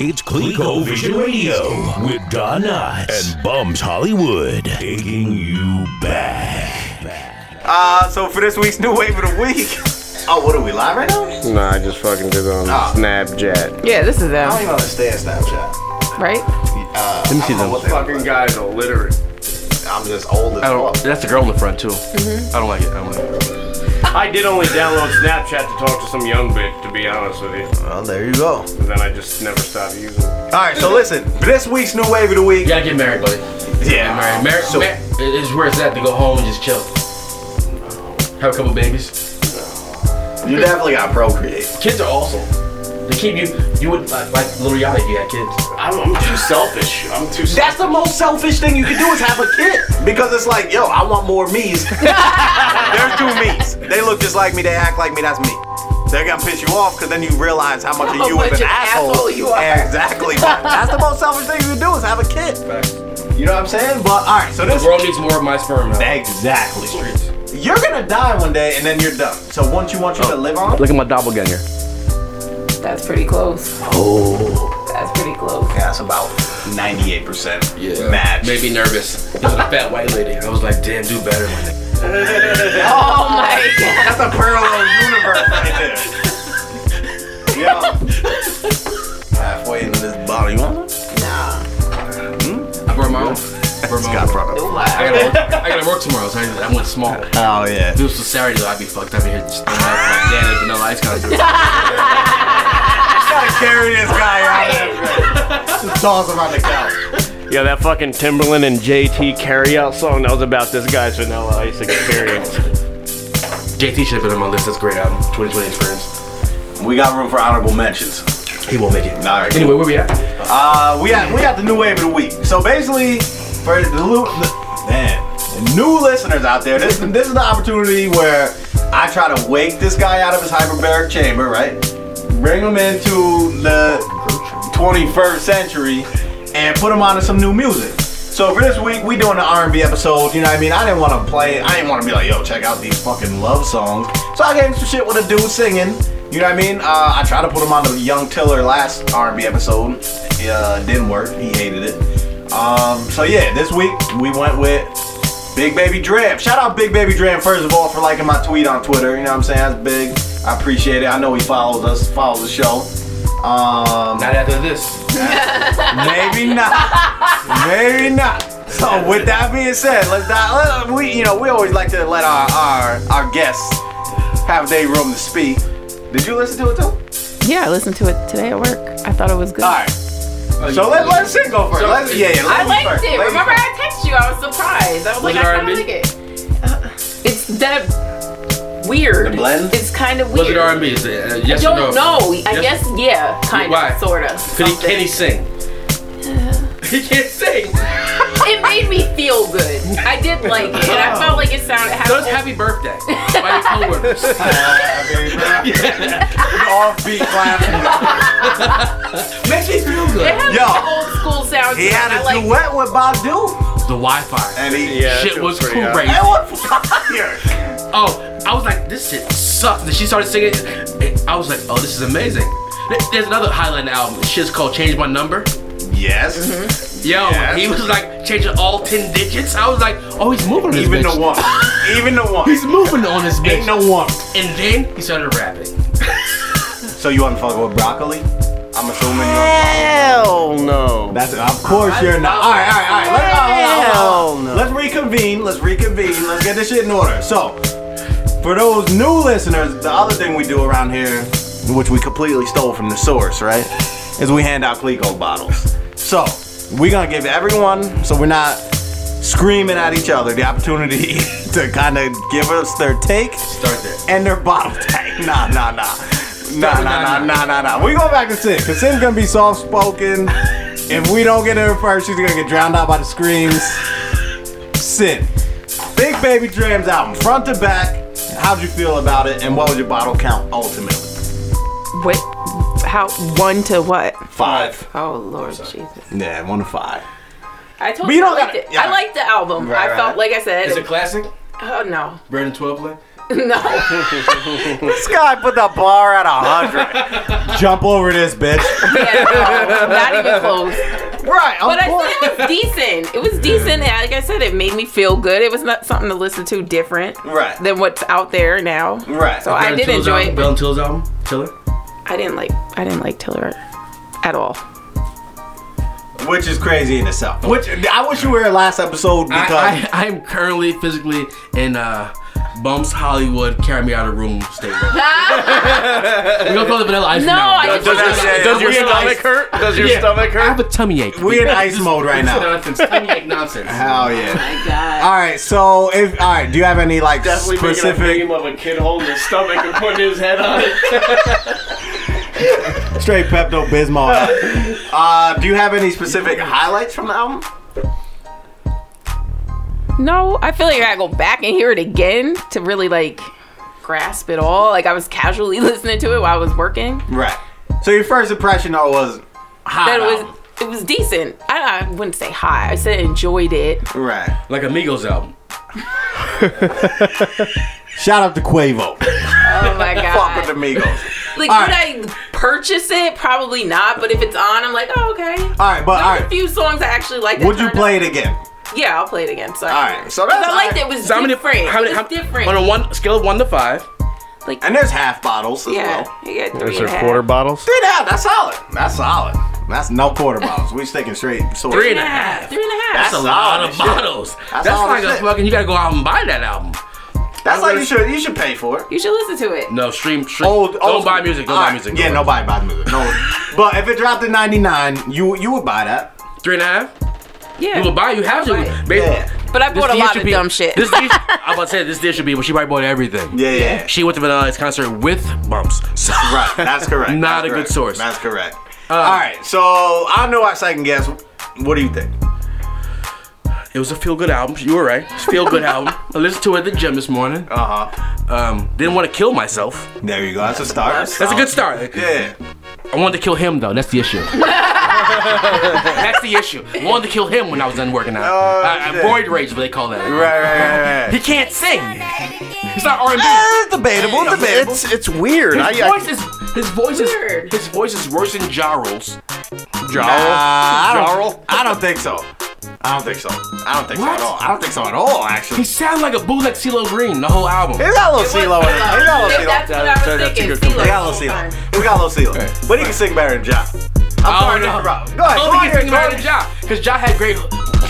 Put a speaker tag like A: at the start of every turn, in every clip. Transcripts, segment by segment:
A: It's Clico Vision Radio with Don Knotts and Bums Hollywood taking you back.
B: Uh, so for this week's new wave of the week. Oh, what are we live right now?
C: Nah, I just fucking did it on
B: Ah.
C: Snapchat.
D: Yeah, this is
B: I don't
D: them,
B: even understand Snapchat.
D: right?
B: Uh, Let me see them.
C: Fucking guys are illiterate.
B: I'm just old as
E: I don't.
B: fuck.
E: That's the girl in the front too.
D: Mm-hmm.
E: I don't like it. I don't like it.
C: I did only download Snapchat to talk to some young bitch, to be honest with you.
B: Well, there you go.
C: But then I just never stopped using it.
B: All right, so listen. For this week's new wave of the week.
E: You gotta get married, buddy.
B: Yeah,
E: Married. Mar-
B: So,
E: mar- it's worth that to go home and just chill. Have a couple babies.
B: you definitely got to procreate.
E: Kids are awesome. They keep you. You would like, like little Yachty if you had kids.
C: I'm, I'm too selfish. I'm too selfish.
B: That's the most selfish thing you can do is have a kid. Because it's like, yo, I want more me's. There's two me's. They look just like me, they act like me, that's me. They're gonna piss you off because then you realize how much of you
D: much
B: is an
D: of
B: asshole.
D: asshole you are.
B: Exactly. that's the most selfish thing you can do is have a kid. You know what I'm saying? But alright, so
E: The
B: this
E: world needs more of my sperm now.
B: Exactly. You're gonna die one day and then you're done. So once you want you to live on?
E: Look at my doppelganger.
D: That's pretty close.
B: Oh.
D: That's pretty close.
B: That's about 98%
E: Yeah.
B: match.
E: Made me nervous. There's a fat white lady. I was like, damn, do better. My nigga.
D: Oh my god.
B: That's a parallel universe right there. Yo. Halfway into this bottle, you want it?
E: I brought my own. Brought my own.
B: product.
E: I gotta work. I gotta work tomorrow, so I, I went small.
B: Oh yeah.
E: If it was for Saturday, though, I'd be fucked up in here just throwing up like Dan at Vanilla Ice concert.
B: gotta carry this guy out. there. Just toss him on the couch.
C: Yeah, that fucking Timberland and JT carryout song that was about this guy's vanilla ice experience.
E: JT should have been on my list. That's a great album. 2020 experience.
B: We got room for honorable mentions.
E: He won't make it.
B: All right.
E: Anyway, where we at?
B: Uh, we got we got the new wave of the week. So basically, for the, lu- the man, the new listeners out there, this this is the opportunity where I try to wake this guy out of his hyperbaric chamber, right? Bring him into the 21st century and put him onto some new music. So for this week, we doing the R&B episode. You know what I mean? I didn't want to play. I didn't want to be like, yo, check out these fucking love songs. So I gave him some shit with a dude singing. You know what I mean? Uh, I tried to put him on the Young Tiller last R&B episode. Uh, didn't work. He hated it. Um, so yeah, this week we went with Big Baby Dram. Shout out Big Baby Dram, first of all, for liking my tweet on Twitter. You know what I'm saying? That's big. I appreciate it. I know he follows us, follows the show. Um,
E: Not after this.
B: maybe not. Maybe not. So with that being said, let's dive. Let, we you know we always like to let our our our guests have their room to speak. Did you listen to it too?
C: Oh,
B: All
D: Yeah, I listened to it today at work. I thought it was good.
B: right. So let let's sing go first.
E: So-
B: Let's, yeah, yeah.
D: I
B: ladies
D: liked
B: first,
D: it.
B: ladies
D: Remember,
B: first.
D: I texted you. I was surprised. I
E: Was
D: was, like,
E: it
D: I kind
E: R&B?
D: of like it. Uh, It's that weird.
B: The blend?
D: It's kind of weird.
E: Was it R&B? Is it, uh, yes
D: I
E: or
D: don't
E: no?
D: know. I
E: Yes.
D: guess yeah, kind
E: Why?
D: of, sort of.
E: Could he, can he sing? he can't sing.
D: It made me feel good. I did like it, and I felt like it sounded. Had
E: So it's happy birthday by your coworkers.
B: Happy birthday. Offbeat clapping.
E: Makes me feel
D: It
E: good.
D: had
B: Yo.
D: like an old school sound.
B: He
D: to it.
B: had
D: I
B: a
D: liked
B: duet with Badu,
E: The Wi-Fi.
B: and he
C: Yeah, that
E: shit was
C: pretty hot.
E: crazy.
B: that was fire.
E: Oh, I was like, this shit sucks. Then she started singing. it. I was like, oh, this is amazing. There- There's another Highland album. Shit's called Change My Number.
B: Yes,
E: Yo,
B: Yes.
E: he was like changing all ten digits. I was like, oh, he's moving. on this
B: even
E: bitch.
B: the one, even the one,
E: He's moving on his bitch.
B: ain't no one.
E: And then he started rapping.
B: So you want to fuck with broccoli? I'm assuming. you
C: Hell no.
B: That's of course you're not. All right, all right, all right. Let's,
C: Hell no.
B: Let's reconvene. Let's reconvene. Let's get this shit in order. So, for those new listeners, the other thing we do around here, which we completely stole from the source, right, is we hand out Clico bottles. So we're gonna give everyone, so we're not screaming at each other, the opportunity to kind of give us their take
E: Start there.
B: and their bottle tag. Nah, nah, nah. Nah,
E: with
B: nah, nah,
E: nine,
B: nah, nah, nah. We go back to Sin, because Sin's gonna be soft spoken. If we don't get her first, she's gonna get drowned out by the screams. Sin. Big Baby Dram's album, front to back. How'd you feel about it, and what was your bottle count ultimately?
D: What? How? One to what?
B: Five.
D: Oh Lord Jesus!
B: Yeah, one to five.
D: I told
B: But
D: you,
B: you don't
D: I liked
B: gotta-
D: it.
B: yeah.
D: I liked the album.
B: Right,
D: I felt
B: right.
D: like I said.
E: Is it classic?
D: oh no,
E: Brandon Twelve play?
D: No.
B: This guy put the bar at hundred. Jump over this, bitch.
D: Yeah, no, not even close.
B: Right.
D: But I said it was decent. It was decent. And like I said, it made me feel good. It was not something to listen to different
B: Right.
D: than what's out there now.
B: Right.
D: So I did
E: Till's
D: enjoy
E: album,
D: it.
E: Bell and Till's album, Tiller.
D: I didn't like I didn't like Tiller at all.
B: Which is crazy in itself. Which I wish you were here last episode because
E: I, I, I'm currently physically in uh, Bumps Hollywood Carry Me Out of Room statement. We're gonna call it vanilla ice
D: No,
E: now.
D: I just
C: Does, your-
D: wanna-
B: Yeah, yeah,
C: does your
B: yeah.
C: stomach hurt? Does your
B: Yeah.
C: stomach
E: I have
C: hurt?
E: a tummy ache.
B: we in ice mode right
E: This is
B: now.
E: Nonsense. Tummy ache nonsense.
B: Hell yeah.
D: My God.
B: All right. So if all right, do you have any like
C: Definitely making a
B: specific
C: meme of a kid holding his stomach and putting his head on it.
B: straight Pepto Bismol? uh, do you have any specific highlights from the album?
D: No, I feel like I gotta go back and hear it again to really like grasp it all. Like I was casually listening to it while I was working.
B: Right. So your first impression though was hot.
D: That it
B: album.
D: was it was decent. I, I wouldn't say high. I said enjoyed it.
B: right.
E: Like Amigos album.
B: Shout out to Quavo.
D: Oh my
B: Fuck with
D: god.
B: the Migos.
D: Like
B: All
D: would I purchase it? Probably not. But if it's on, I'm like, oh okay.
B: All right, but all
D: There's a
B: right.
D: few songs I actually like. that
B: Would you
D: turned
B: play
D: up.
B: it again?
D: Yeah, I'll play it again. So
B: All right. So that's
D: I liked it. It was
E: So how many?
D: different.
E: How many?
D: it
E: How,
D: was different.
E: On a one scale of one to five.
D: like
B: And there's half bottles as
D: yeah,
B: well.
D: you got three
C: Those
D: and
C: are
D: a half.
C: quarter bottles.
B: Three and a half. That's solid. That's solid. That's no quarter bottles. We're sticking straight. So
E: Three and
D: Three and a half. Three and a half.
E: That's a
B: That's
E: lot
B: all
E: of
B: the shit.
E: bottles.
B: That's
E: That's,
B: all the
E: like a
B: shit.
E: fucking. You gotta go out and buy that album.
B: That's like you should. You should pay for it.
D: you should listen to it.
E: No stream. stream. don't buy music. Don't
B: Alright,
E: buy music.
B: Yeah,
E: don't buy
B: nobody buys music. No. but if it dropped in '99, you you would buy that.
E: music. Three and a half.
D: Yeah.
E: You will buy. You have to.
D: Right.
E: Ba-
B: Yeah.
D: But I
E: This
D: bought a
E: deal
D: lot
E: should
D: of
E: be-
D: dumb shit.
E: This deal- I'm about to say this deal should be, but she probably bought everything.
B: Yeah, yeah.
E: She went to Vanilla Ice concert with bumps. So
B: Right. That's correct.
E: Not
B: That's
E: a good
B: correct.
E: source.
B: That's correct.
E: Uh.
B: All right. So I know our second guess. What do you think?
E: it was a feel good album. You were right. It's a feel good album. I listened to it at the gym this morning.
B: Uh huh.
E: Um, didn't want to kill myself.
B: There you go. That's a start.
E: That's a good start.
B: Yeah.
E: I wanted to kill him though. That's the issue. That's the issue. I wanted to kill him when I was done working out.
B: Oh,
E: I, I
B: shit.
E: void rage, what they call that.
B: Right, right, right,
E: He
B: right.
E: can't sing. It's not R and B.
B: Eh, debatable, debatable.
C: It's it's weird.
E: His
C: I, I,
E: voice is his voice is
D: Weird.
E: his voice is worse than Jarrell's.
B: Nah, I don't, I don't think so. I don't think so. I don't think so
E: What?
B: at all. I don't think so at all, actually.
E: He sounds like a bootleg CeeLo Green the whole album.
B: He's got a little CeeLo in it. He's got a little CeeLo.
D: That's what I was thinking.
B: We got a little CeeLo. We got a little CeeLo. But he can sing better than Ja. I'm sorry to interrupt. Go ahead.
E: I
B: Go
E: don't think he's
B: ahead.
E: singing
B: Go
E: better than
B: ahead.
E: Ja, because Ja had great.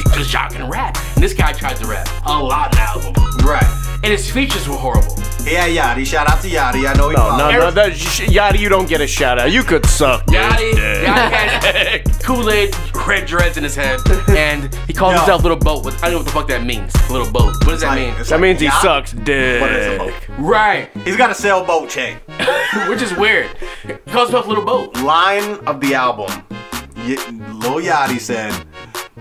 E: Because Ja can rap, and this guy tried to rap a lot in the album,
B: Right.
E: and his features were horrible.
B: Yeah, Yachty. Shout out to Yachty. I know he
C: no, no,
B: followed.
C: no, that, sh- Yada, you don't get a shout out. You could suck. dude.
E: Yachty, Yachty had Kool-Aid red dreads in his head, and he called
B: No.
E: himself Little Boat. With, I don't know what the fuck that means. Little Boat. What does that
B: Like,
E: mean?
B: it's
C: That
B: like
C: means he
B: Yachty,
C: sucks
B: but it's a
C: dick.
B: boat.
E: Right,
B: He's got a sailboat chain.
E: which is weird. He calls himself Little Boat.
B: Line of the album. Y- Lil Yachty said,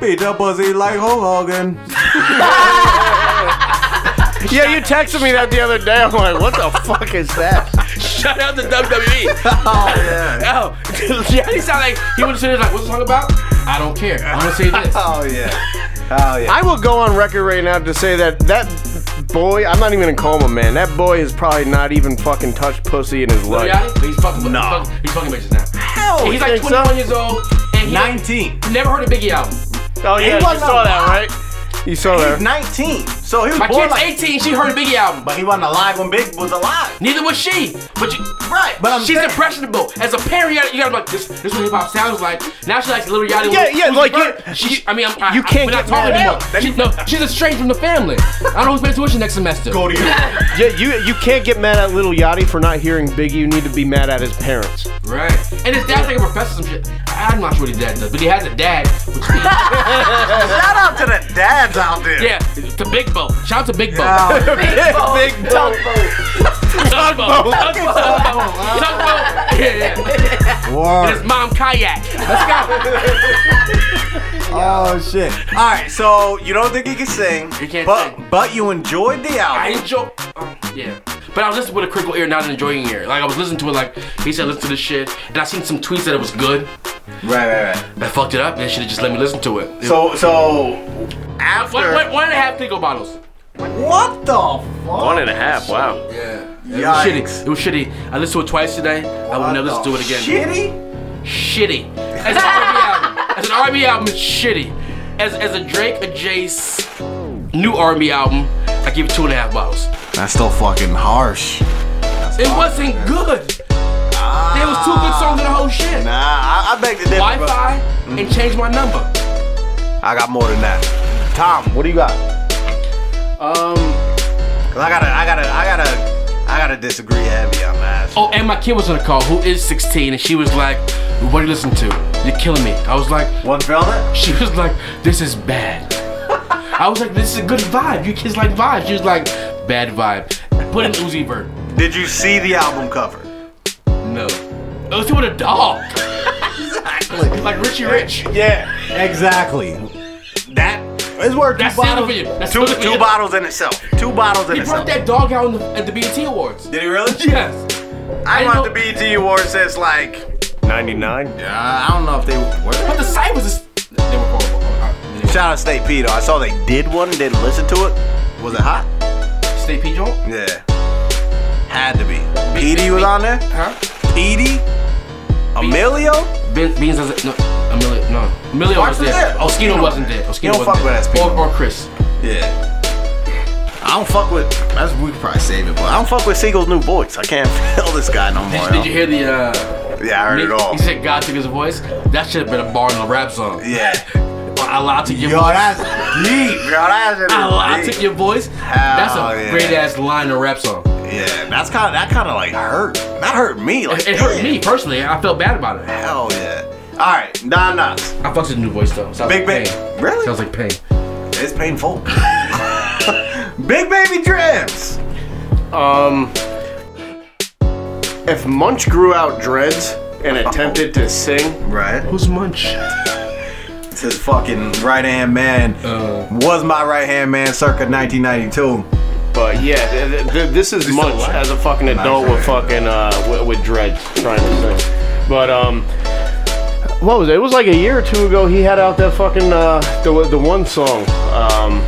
B: "Beat the pussy like Hulk Hogan."
C: Yeah, you texted me that the other day. I'm like, what the fuck is that?
E: Shout out to WWE.
B: Oh yeah.
E: Oh, Yachty sound like he would sit there like, what's the song about? I don't care. I'm gonna say this.
B: Oh yeah. Oh yeah.
C: I will go on record right now to say that that boy, I'm not even gonna call him a man. That boy has probably not even fucking touched pussy in his life.
E: Yachty, he's fucking.
B: No.
E: He's fucking, he's fucking bitches now.
B: Hell,
E: He's like
C: think so?
E: 21 years old, and he
B: nineteen.
E: never heard a Biggie album.
C: Oh yeah, you
B: wasn't
C: saw
B: alive.
C: that, right? You saw
B: He's
C: that.
B: nineteen. So he was
E: My
B: born
E: kid's
B: like.
E: 18, she heard a Biggie album, but
B: But he wasn't alive when Big was alive.
E: neither was she. But you,
B: Right. But I'm
E: she's
B: saying-
E: impressionable. As a parent, you gotta, you gotta be like, this, this is what hip hop sounds like. Now she likes Little Yachty.
C: Yeah,
E: who's-
C: yeah,
E: who's
C: like,
E: the bird.
C: you-
E: She-
C: you-
E: I mean, I'm, I,
C: you
E: I-
C: can't
E: We're not
C: get
E: talking
C: mad
E: anymore.
C: at her.
E: She, no, she's estranged from the family. I don't know who's paying tuition next semester.
B: Go to you.
C: Yeah, you you can't get mad at little Yachty for not hearing Biggie. You need to be mad at his parents.
E: Right. And his dad's like a professor, or some shit. I'm not sure what his dad does, but he has a dad. Which,
B: Shout out to the dads out there.
E: yeah, to Big Bo. Shout out to Big Bo.
B: Oh,
C: Big
E: Tugboat. Tugboat. Tugboat. Yeah, yeah.
B: word.
E: His mom kayak. Let's go.
B: Oh shit! All right, so you don't think he can sing?
E: He can't
B: but,
E: sing.
B: But you enjoyed the
E: I
B: album.
E: enjoy. Um, yeah. But I was listening with a critical ear, not an enjoying ear. Like I was listening to it, like he said, listen to this shit, and I seen some tweets that it was good.
B: right, right, right.
E: I fucked it up. They should have just let me listen to it.
B: So, so
E: After one, one, one and a half Pico bottles.
B: What the fuck?
C: One and a half. Wow.
E: Yeah.
B: Yikes.
E: It was shitty. It was shitty. I listened to it twice today. I will never listen to it again.
B: Shitty?
E: Shitty. As an R&B album. As an R&B album, it's shitty. As as a Drake, a Jace, new R&B album, I give it two and a half bottles.
B: That's still fucking harsh.
E: It wasn't good. There was two good songs in the whole shit.
B: Nah, I, I beg to differ.
E: Wi
B: bro.
E: Fi and change my number.
B: I got more than that. Tom, what do you got?
E: Um.
B: Cause I gotta, I gotta, I gotta, I gotta disagree heavy um. on that.
E: Oh, and my kid was on the call, who is 16, and she was like, "What do you listen to? You're killing me." I was like,
B: One velvet?
E: She was like, this is bad. I was like, this is a good vibe. You kids like vibes. She was like, bad vibe. Put in Uzi Vert.
B: Did you see the album cover?
E: No. Uzi with a dog. exactly. Like Richie Rich.
B: Yeah, exactly. That is worth
E: That's
B: two
E: the
B: bottles.
E: for you. That's
B: Two,
E: the for
B: two
E: you.
B: bottles in itself. Two bottles in
E: He
B: itself.
E: brought that dog out in the, at the BET Awards.
B: Did he really?
E: Yes.
B: I
E: didn't
B: want
E: know-
B: the BET Awards as like.
C: 99.
B: Uh, I don't know if they were.
E: But the site was just. They were horrible. Uh, they
B: Shout out State P though. I saw they did one, didn't listen to it. Was it hot?
E: were- Stay P joint?
B: Yeah. Had to be. Petey was on there.
E: Huh?
B: Petey? Emilio?
E: Be- Beans doesn't. No. Emilio. No. Emilio
B: Mark
E: was
B: was
E: there.
B: there.
E: Oh, Skeeter
B: Skeeter
E: wasn't
B: was
E: there.
B: there.
E: Oh, Skeeter
B: You don't
E: wasn't
B: fuck with
E: there.
B: that Skeeter.
E: Or, or Chris.
B: Yeah. I don't fuck with. That's we could probably save it, but I don't fuck with Siegel's new voice. I can't feel this guy no
E: Did,
B: more.
E: did you hear the. uh...
B: yo. Yeah, I heard it
E: Nick-
B: all.
E: He said God took his voice. That should have been a bar in a rap song.
B: Yeah.
E: I lied to your
B: Yo,
E: voice.
B: that's deep. Yo, that's deep.
E: I lied to your voice. that's a
B: yeah.
E: great ass line in a rap song.
B: Yeah, that's kind of that kind of like hurt. That hurt me. Like
E: It, it hurt
B: damn.
E: me personally. I felt bad about it.
B: Hell yeah. All right, nah, nah.
E: I fucked with the new voice though. Sounds
B: Big
E: like
B: Bang.
E: pain.
B: Really?
E: Sounds like pain.
B: It's painful. Big baby dribs.
C: Um, if Munch grew out dreads and attempted to sing,
B: Right.
E: Who's Munch?
B: It's his fucking right hand man.
E: Uh,
B: Was my right hand man circa 1992.
C: but yeah, th- th- th- this is Munch
B: alive.
C: as a fucking adult with fucking uh with, with dreads trying to sing. But um, what was it? It was like a year or two ago. He had out that fucking uh the the one song um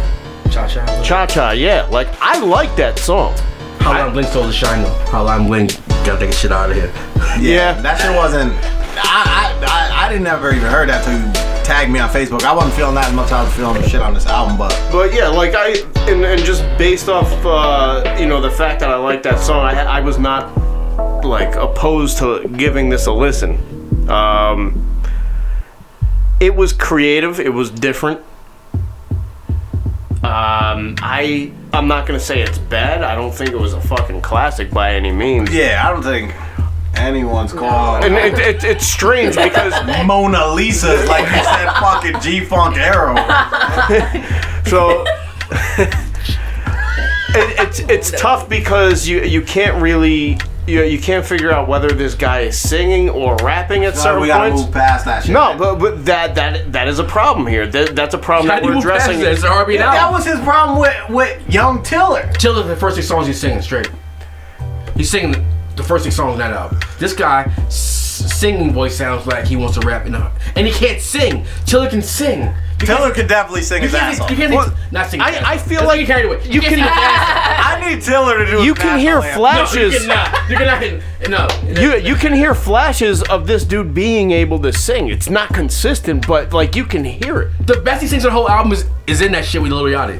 E: Cha Cha.
C: Cha Cha. Yeah, like I like that song.
E: Hotline Bling stole the shine though. Hotline Bling gotta take the shit out of here.
C: Yeah.
B: That shit wasn't. I I, I, I didn't ever even heard that till you tagged me on Facebook. I wasn't feeling that as much as I was feeling the shit on this album, but
C: But yeah, like I and, and just based off uh, you know the fact that I like that song, I, I was not like opposed to giving this a listen. Um, it was creative. It was different. Um, I I'm not gonna say it's bad. I don't think it was a fucking classic by any means.
B: yeah, I don't think anyone's called.
C: And it, it, it's strange because
B: Mona Lisa is like you said, fucking G Funk Arrow.
C: So it, it's it's tough because you you can't really you, you can't figure out whether this guy is singing or rapping at
B: So
C: certain
B: we gotta
C: points.
B: move past that shit.
C: No, but, but that that that is a problem here. That, that's a problem
E: How
C: that
E: do you
C: we're
E: move past
C: addressing.
E: that? It's an R&B now.
B: that was his problem with with Young Tiller.
E: Till the first six songs he's singing straight. He's singing the first six songs on that album. This guy s- singing voice sounds like he wants to rap, in a, and he can't sing. Tiller can sing.
B: Tiller could definitely sing
E: You
B: his
E: can't,
B: ass
E: sing-
B: off.
E: you can't
C: Well,
E: sing, not sing. his
C: I-
E: ass
C: I
E: off.
C: feel
E: Let's
C: like
E: get carried away.
C: you
E: You can
C: can-
B: I need Tiller to do.
C: You
B: his
C: can hear
B: national anthem.
E: No, you
C: flashes.
E: cannot. You cannot. No.
C: You, you can hear flashes of this dude being able to sing. It's not consistent, but like you can hear it.
E: The best he sings on the whole album is, is in that shit with Lil Yachty.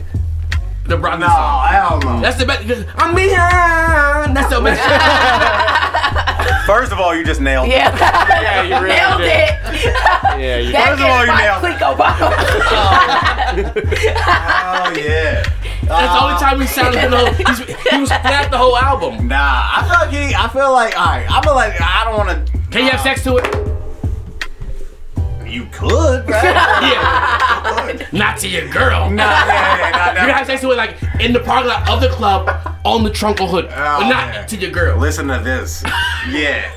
E: The Broccoli
B: No,
E: song.
B: hell no.
E: That's the best. I'm behind. That's the best.
B: First of all, you just nailed. it.
D: Yeah,
C: Yeah, you
D: nailed it.
C: Yeah, you
D: That
B: First of all, you nailed it.
D: Clico Bob.
B: Oh yeah.
E: That's the only
B: Uh,
E: time he sounded good. the whole- he's- He was flat the whole album.
B: Nah, I feel like he. I feel like all right. I feel like I don't want to.
E: Can you have sex to it?
B: You could, right?
E: Yeah. Not to your girl.
B: nah, yeah, yeah, nah, nah.
E: You can have sex to it like in the parking lot of the club on the trunk or hood, but
B: Oh,
E: not
B: man.
E: to your girl.
B: Listen to this. Yeah.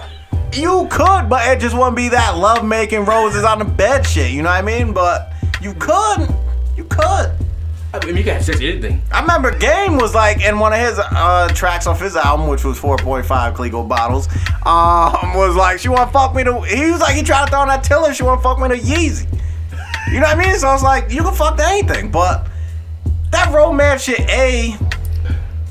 B: You could, but it just wouldn't be that love making roses on the bed shit. You know what I mean? But you could. You could.
E: I mean, you can have sex to anything.
B: I remember Game was like in one of his uh, tracks off his album, which was 4.5 Clego bottles. Um, was like she want to fuck me to. He was like he tried to throw on that Tiller. She want to fuck me to Yeezy. You know what I mean? So I was like, you can fuck to anything, but that romance shit, a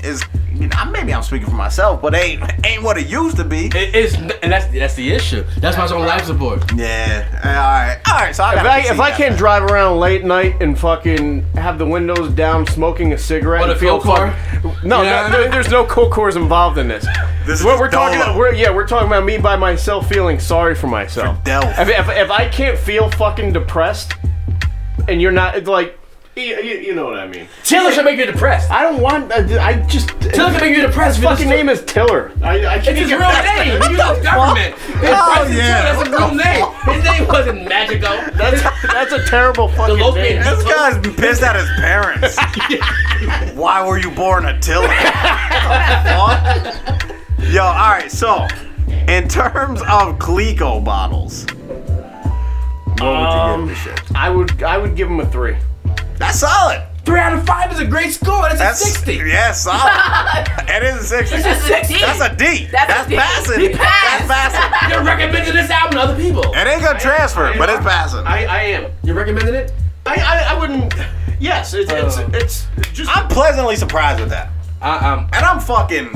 B: is you know maybe I'm speaking for myself, but ain't ain't what it used to be.
E: It is, and that's that's the issue. That's why it's on life support.
B: Yeah. All right. All right. So I
C: If
B: gotta
C: I,
B: concede
C: if I
B: that.
C: can't drive around late night and fucking have the windows down smoking a cigarette
E: What,
C: and
E: a
C: feel
E: Coke
C: fucking no,
E: You know
C: no,
E: what I
C: there-
E: mean?
C: there's no cores involved in this.
B: This is
C: What we're talking
B: Dolo.
C: about, we're, yeah, we're talking about me by myself feeling sorry for myself.
B: Delph.
C: If, if, if I can't feel fucking depressed, and you're not it's like, you, you, you know what I mean.
E: Tiller should make you depressed.
C: I don't want. I, I just.
E: Tiller should make you depressed. if you
C: fucking
E: listen to-
C: name is Tiller. I, I can't
E: It's his
C: get
E: real
C: past that.
E: name. You know government.
B: Oh,
E: Oh,
B: yeah.
E: yeah. That's his real name. His name wasn't Magico.
C: That's, that's a terrible fucking
E: local-
C: name.
B: This guy's been pissed at his parents. Why were you born a tiller? What the fuck? Yo, all right. So, in terms of Clico bottles, what would you give this shit?
C: Um, I would I would give him a three.
B: That's solid.
E: Three out of five is a great score. That's,
B: That's
E: a 60.
B: Yeah, solid. it is a sixty.
D: That's a D.
B: That's a D.
D: That's a
B: That's,
D: D.
B: passing.
D: He
B: That's
D: passed.
B: passing.
E: You're recommending this album to other people.
B: It ain't gonna transfer, but it's passing.
C: I, I am.
E: You're recommending it?
C: I, I, I wouldn't. Yes, it's it's
E: Uh.
C: it's just.
B: I'm pleasantly surprised with that,
E: I, um,
B: and I'm fucking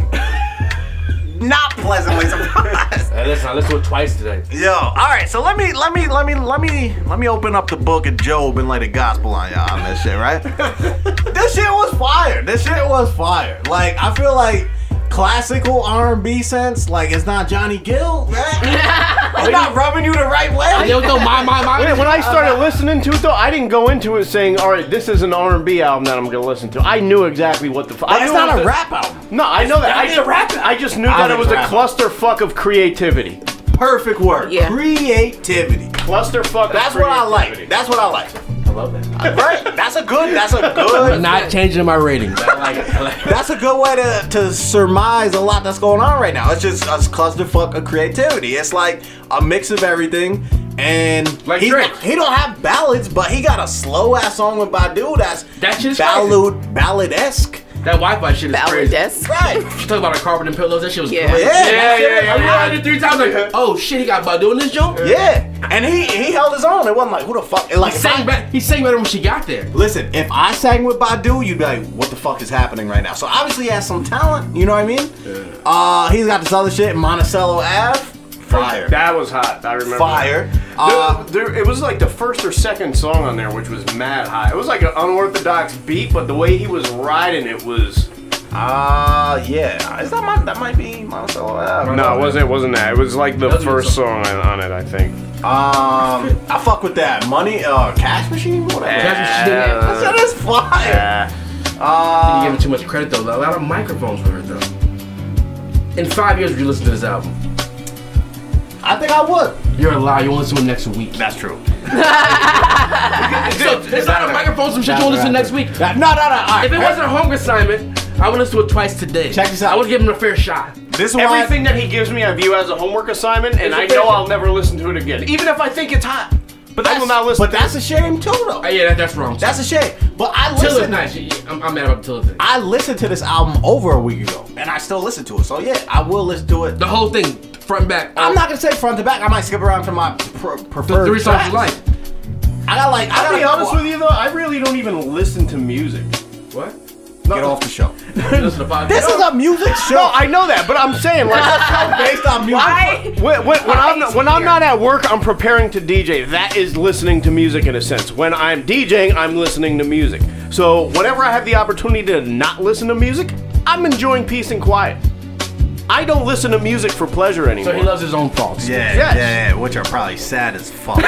B: not pleasantly surprised.
E: hey, listen, I listened to it twice today.
B: Yo, all right. So let me, let me, let me, let me, let me open up the book of Job and lay the gospel on y'all on this shit, right? this shit was fire. This shit was fire. Like I feel like classical R&B sense, like it's not Johnny Gill, right? it's not rubbing you the right
E: You
B: way.
E: don't know my, my, my.
C: When, when I started listening to it, though, I didn't go into it saying, "All right, this is an R&B album that I'm gonna listen to." I knew exactly what the. Fu- I
B: It's
C: knew it
B: not
C: was
B: a rap album.
C: No, I know that.
E: gotta
C: I
E: be a rap.
C: I just knew
B: I'm
C: that it
B: a
C: was a
B: rapper.
C: clusterfuck of creativity.
B: Perfect word.
D: Yeah.
B: Creativity.
C: Clusterfuck.
B: That's
C: of
B: what I
C: creativity.
B: like. That's what I like.
E: I love that.
B: Right? That's a good. That's a good.
E: I'm not changing my rating. I like it. I like it.
B: That's a good way to, to surmise a lot that's going on right now. It's just a clusterfuck of creativity. It's like a mix of everything. And
E: Like
B: he,
E: Drake.
B: he don't have ballads, but he got a slow ass song with Badu that's
E: That shit's
B: ballad ballad esque.
E: That Wi-Fi shit is
D: Ballad
E: crazy.
D: desk.
B: Right.
E: You talk about the carpet and pillows. That shit was
D: Yeah.
E: crazy.
B: Yeah,
E: yeah,
B: that's
E: yeah.
B: it.
E: yeah. I read it three times. Like, oh shit, he got by doing this joke.
B: Yeah. And he he held his own. It wasn't like who the fuck it like
E: He
B: if I-
E: sang better. He sang better when she got there.
B: Listen, if I sang with Badu, you'd be like, what the fuck is happening right now? So obviously he has some talent, you know what I mean? Uh he's got this other shit, Monticello Ave. Fire.
C: That was hot. I remember.
B: Fire.
C: There-
B: Uh,
C: there, it was like the first or second song on there, which was mad hot. It was like an unorthodox beat, but the way he was riding it was.
B: Uh, yeah. Is that my, that might be Monticello Ave.
C: No, it wasn't. It wasn't that. It was like the
E: That was a good
C: first
E: first
C: song on, it, I think.
B: Um, I fuck with that. Money, uh, cash machine? Whatever.
E: That's
B: That is fire.
E: Uh,
C: Uh,
E: You give him too much credit though. A lot of microphones were hurt though. In five years, would you listen to this album?
B: I think I would.
E: You're a liar. You won't listen to it next week.
B: That's true.
E: So, it's not a microphone. Some shit you won't listen to next week.
B: No, no, no. All right.
E: If it wasn't a homework assignment, I would listen to it twice today.
B: Check this out.
E: I would give him a fair shot.
B: this is why.
C: Everything that he gives me, I view as a homework assignment, and
E: It's
C: I
E: a
C: know
E: vision.
C: I'll never listen to it again, even if I think it's hot. But I will not listen.
B: But that's a shame too, though.
E: Uh, yeah, that, that's wrong.
B: That's a shame. But I
E: Tiller's
B: listen.
E: nice. Yeah, I'm, I'm mad about Tiller's.
B: I listened to this album over a week ago, and I still listen to it. So yeah, I will listen to it.
E: The whole thing, front and back.
B: I'm not gonna say front to back. I might skip around to my pr- preferred.
E: the three songs you like.
B: tracks. I got like. I
C: I'll
B: gotta
C: be honest with you though, I really don't even listen to music.
E: What?
B: Get off the show.
E: You listen to podcast.
B: This is a music show.
C: No, I know that, but I'm saying like.
B: based on music.
D: Why?
C: When, when, when I'm
D: Why is
C: when
D: he
C: I'm
D: here?
C: not at work, I'm preparing to DJ. That is listening to music in a sense. When I'm DJing, I'm listening to music. So whenever I have the opportunity to not listen to music, I'm enjoying peace and quiet. I don't listen to music for pleasure anymore.
E: so he loves his own faults.
B: Yeah,
C: Yes.
B: yeah, yeah, which are probably sad as fuck.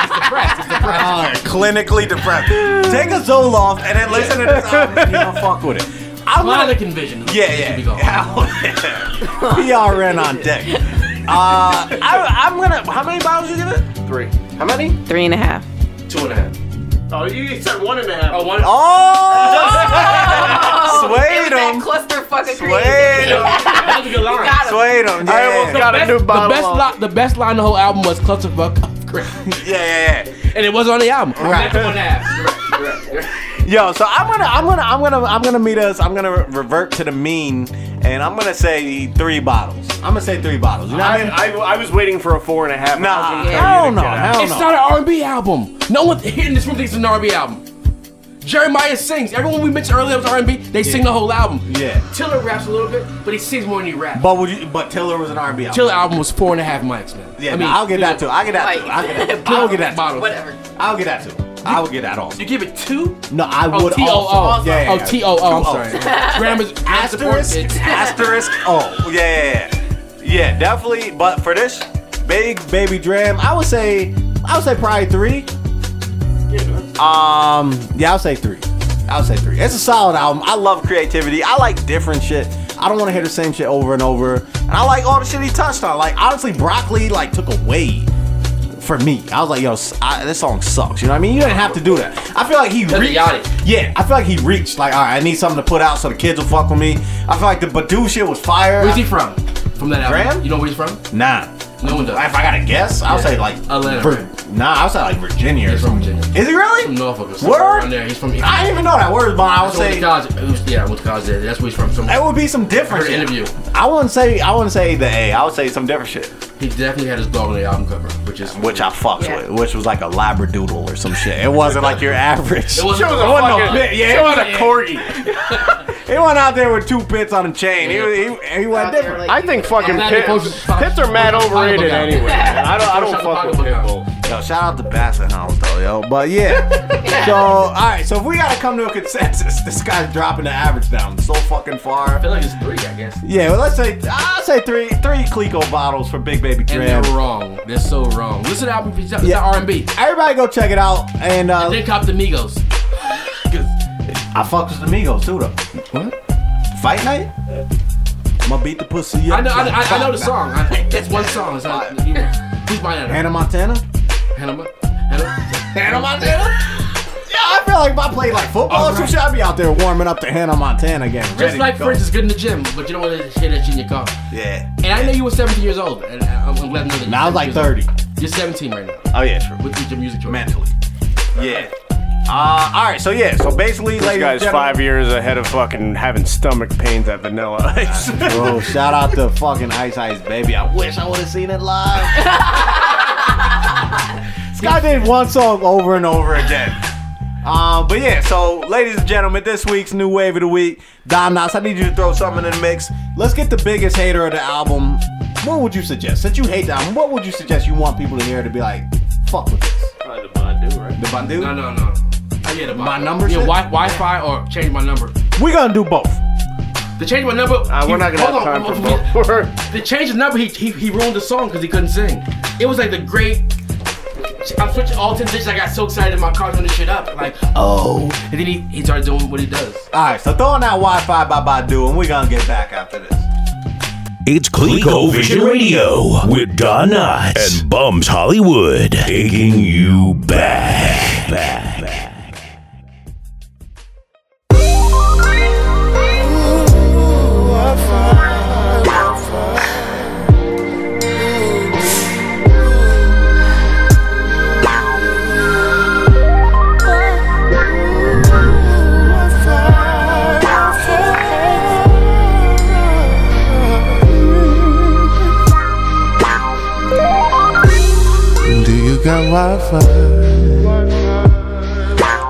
B: Alright, clinically depressed. Take a Zoloft and then listen to this album. and You don't fuck with it. I'm
E: Chronic
B: gonna,
E: convision.
B: yeah, yeah. Hell yeah. PRN on deck. Uh, I, I'm gonna. How many bottles you give it?
C: Three.
B: How many?
D: Three and a half.
E: Two and a half.
C: Oh, you said one and a half.
E: Oh, one.
B: Oh,
D: It was
B: swayed
D: that
B: him.
D: cluster fucking
B: Swayed him.
E: That was a good line.
B: Swayed him.
C: I almost
B: Yeah.
C: got a
E: Best-
C: new bottle.
E: the best
C: of-
E: line, the best line in the whole album was "Clusterfuck of Crazy,"
B: yeah, yeah, yeah.
E: and it wasn't on the album.
B: Right.
E: That's one half.
B: Yo, so I'm gonna, I'm gonna, I'm gonna, I'm gonna meet us. I'm gonna re- revert to the mean, and I'm gonna say three bottles. I'm gonna say three bottles. You know what I
C: I,
B: mean?
C: I, I was waiting for a four and a half. and I was
B: nah,
C: gonna tell
D: Yeah.
C: you
B: hell
C: to
B: no,
C: get out.
B: hell
E: It's
B: no.
E: not an R&B album. No one here in this room thinks it's an R&B album. Jeremiah sings. Everyone we mentioned earlier that was R&B, they sing the whole album.
B: Yeah.
E: Tiller raps a little bit, but he sings more than he raps.
B: But would you, but Tiller was an R&B album.
E: Tiller album was four and a half mics, man.
B: Yeah, I will get that too. I'll get that too. I'll get that too. I'll get that too.
E: Bottle.
D: Whatever.
B: I'll get that too. I would get that also.
E: You give it two?
B: No, I
E: Oh,
B: would
E: T O O.
B: also. Yeah, yeah,
E: Oh,
B: yeah.
E: T O O. I'm
B: Two
E: sorry.
B: O's.
E: Grammar's
B: Asterisk. Asterisk. Oh, yeah, yeah, yeah. Yeah, definitely. But for this big baby dram, I would say, I would say probably three. Um, yeah, I'll say three. I'll say three. It's a solid album. I love creativity. I like different shit. I don't want to hear the same shit over and over. And I like all the shit he touched on. Like honestly, broccoli like took away for me. I was like, yo, s- I, this song sucks. You know what I mean? You didn't have to do that. I feel like he reached.
E: got it.
B: Yeah, I feel like he reached. Like, all right, I need something to put out so the kids will fuck with me. I feel like the Badu shit was fire.
E: Where's he from? From that album.
B: Graham?
E: You know where he's from?
B: Nah.
E: No one
B: If
E: does.
B: I gotta guess, I'll
E: Yeah.
B: say like
E: Atlanta,
B: Vir-
E: right?
B: Nah, I'll say like Virginia. or
E: He's from
B: something.
E: Virginia.
B: Is he really?
E: From Norfolk. or somewhere
B: Word?
E: around there. He's from.
B: I didn't even know that word, but I would
E: So went
B: say
E: to college. It was- Yeah, I went to college there. That's where he's from. Some,
B: it would be some different
E: heard an
B: shit.
E: interview.
B: I wouldn't say I wouldn't say the A. I would say some different shit,
E: He definitely had his dog on the album cover, which is
B: which I fucked
D: Yeah.
B: with, which was like a labradoodle or some shit. It wasn't like your average.
E: It wasn't
C: It was a
E: I wasn't no
C: fucking,
B: bit, yeah,
C: yeah,
B: it
C: it was a
B: was-
C: corgi.
B: He went out there with two pits on a chain. He
E: Yeah.
B: was- He, he, went
D: Out there
B: different.
D: like-
C: I think fucking
E: Not even
C: pits,
E: close to-
C: pits are mad overrated
E: Pocketbook album.
C: anyway. man. I don't, I don't fuck with
E: Pocketbook
C: Pitbull.
E: album.
B: Yo, shout out to Basset Hounds though, yo. But yeah. so all right, so if we gotta come to a consensus, this guy's dropping the average down so fucking
E: I
B: far.
E: feel like it's three, I guess.
B: Yeah, well let's say I'll say three three Clico bottles for Big Baby
E: And
B: Dram.
E: they're wrong. They're so wrong. Listen to the album. It's
B: Yeah.
E: not R&B.
B: Everybody go check it out and uh,
E: Then cop the Migos. 'Cause
B: I fucked with the Migos too though.
E: What?
B: Fight night? I'm gonna beat the pussy up.
E: I know, I, I, I know the song. I, that's one song. It's not, you know, he's buying it.
B: Hannah Montana?
E: Hannah, Hannah,
B: Hannah Montana? Yeah, I feel like if I played like football or some
E: Alright.
B: shit, I'd be out there warming up to Hannah Montana again. ready
E: just
B: to
E: like
B: go.
E: Prince is good in the gym, but you don't want to hear that shit in your car.
B: Yeah.
E: And I know you were 17 years old, and I- I'm glad to know that.
B: Now I was like 30.
E: You're 17 right now.
B: Oh yeah, true.
E: With with your music choice.
B: mentally. Yeah. Uh, all right, so yeah, so basically,
C: This
B: ladies and
C: guy's
B: gentlemen-
C: five years ahead of fucking having stomach pains at Vanilla Ice.
B: Bro, shout out to fucking Ice Ice Baby. I wish I would have seen it live. Sky did one song over and over again. Um, but yeah, so ladies and gentlemen, this week's new wave of the week, Domnos. I need you to throw something in the mix. Let's get the biggest hater of the album. What would you suggest? Since you hate the album, what would you suggest you want people to hear to be like, fuck with this?
C: Probably the Badu, right?
B: The Bandu?
E: No, no, no. I get it.
B: My number
E: Yeah,
B: shit?
E: wi- Wi-Fi or change my number.
B: We're gonna do both.
E: The change my number.
C: Uh,
E: he-
C: we're not gonna
E: hold on,
C: have time
E: hold on,
C: for both.
E: The change his number, he, he, he ruined the song because he couldn't sing. It was like the great. I'm switching all 10 bitches. I got so excited in my car doing this shit up. Like, oh. And then he, he started doing what he does.
B: All right, so throwing out Wi-Fi by Badu, and we're gonna get back after this.
A: It's Clico Vision Radio with Don Knotts and Bums Hollywood, taking you back. back.
F: Do you got Wi-Fi?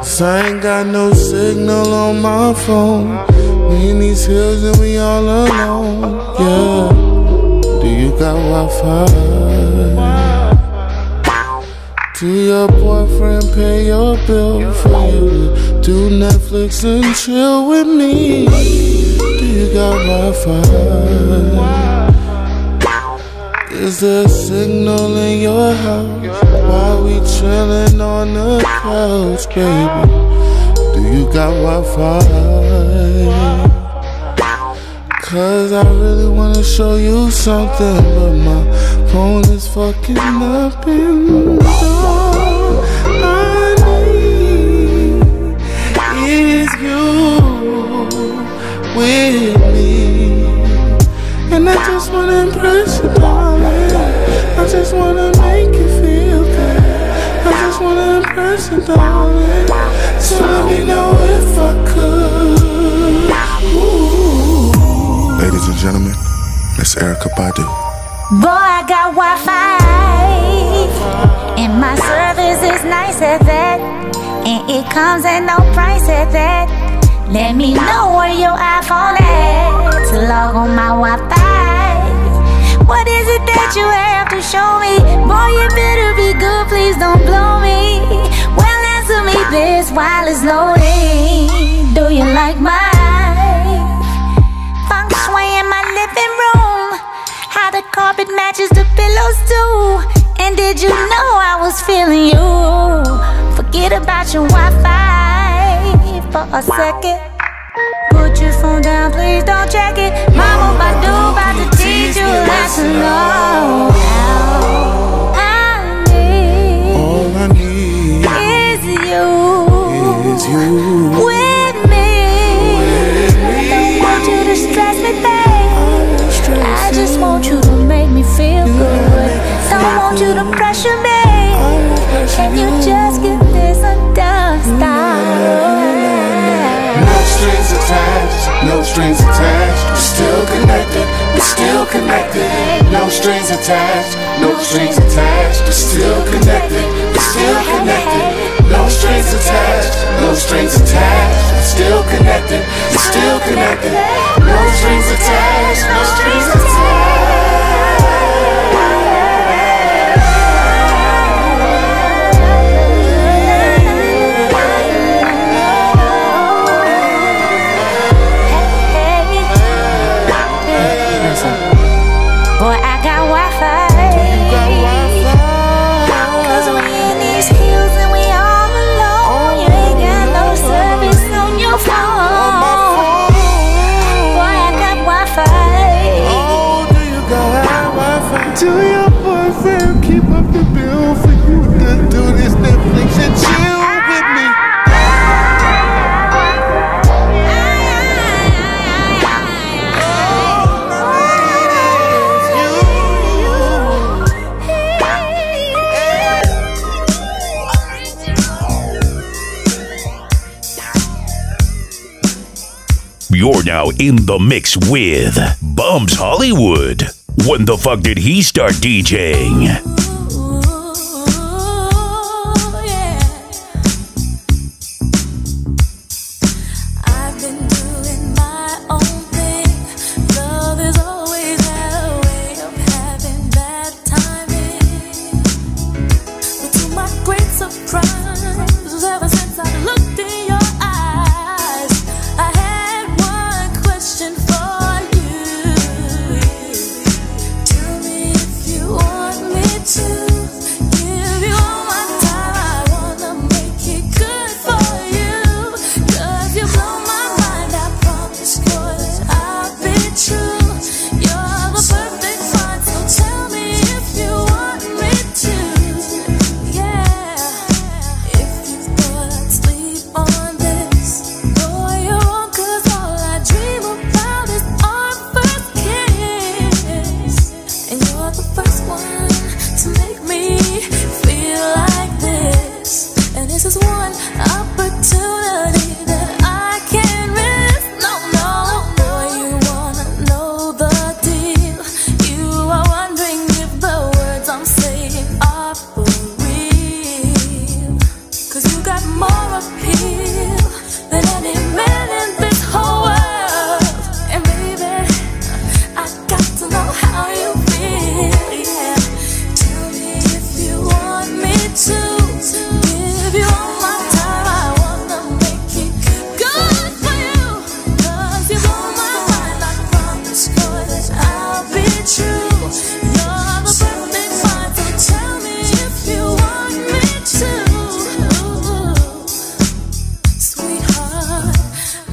F: Cause I ain't got no signal on my phone. We in these hills and we all alone. Yeah. Do you got Wi-Fi? Do your boyfriend pay your bill for you to do Netflix and chill with me? Do you got Wi-Fi? Is there a signal in your house? While we chillin' on the couch, baby? Do you got Wi-Fi? Cause I really wanna show you something, but my phone is fucking up and all I need is you with me. And I just wanna impress you, darling. I just wanna make you feel good. I just wanna impress you, darling. So let me know if I could. Ooh. Ladies and gentlemen, it's Erica Badu.
G: Boy, I got Wi Fi. And my service is nice at that. And it comes at no price at that. Let me know where your iPhone at to log on my Wi-Fi. What is it that you have to show me? Boy, you better be good, please don't blow me. Well, answer me this while it's loading. Do you like my feng shui in my living room. How the carpet matches the pillows too. And did you know I was feeling you? Forget about your Wi-Fi for a second. Put your phone down, please don't check it. Mama Badu about to teach you a lesson. Oh, how I need
F: All I need
G: is you
F: is you.
G: with me. I don't want you to stress me, babe. I just want you to make me feel good. Don't want you to pressure me. Can you just get this undone? Stop.
F: No strings attached, no strings attached. We're still connected, we're still connected. No strings attached, no strings attached. We're still connected, we're still connected. No strings attached, no strings attached. We're still connected, we're still connected. No strings attached, no strings attached.
G: Boy, I got Wi-Fi. Cause we in these hills and we all alone. You ain't got no service on your phone. Boy, I got Wi-Fi.
F: Oh, do you got Wi-Fi? Do your boyfriend keep up the bill for you to do this Netflix and chill with me?
A: You're now in the mix with Bums Hollywood. When the fuck did he start DJing?
H: Ooh, yeah. I've been doing my own thing. Love is always a way of having bad timing. But to my great surprise, ever since I looked in your eyes, I had one question for you. Tell me if you want me to give you all my time. I wanna make it good for you. 'Cause you blow my mind. I promise, girl, that I'll be true. You're the perfect find. So tell me if you want me to. Yeah. If you thought I'd sleep on this, no, you're wrong. 'Cause all I dream about is our first kiss. And you're the first one to make me feel like this. And this is one opportunity that I can't miss. No, no, no, you wanna know the deal. You are wondering if the words I'm saying are for real. Cause you got more appeal than any man in this whole world. And baby, I got to know how you feel. Yeah. Tell me if you want me to give you all my time. I wanna make it good for you. 'Cause you blow my mind. I promise, girl, that I'll be true. You're the perfect find. So tell me if you want me to. Sweetheart,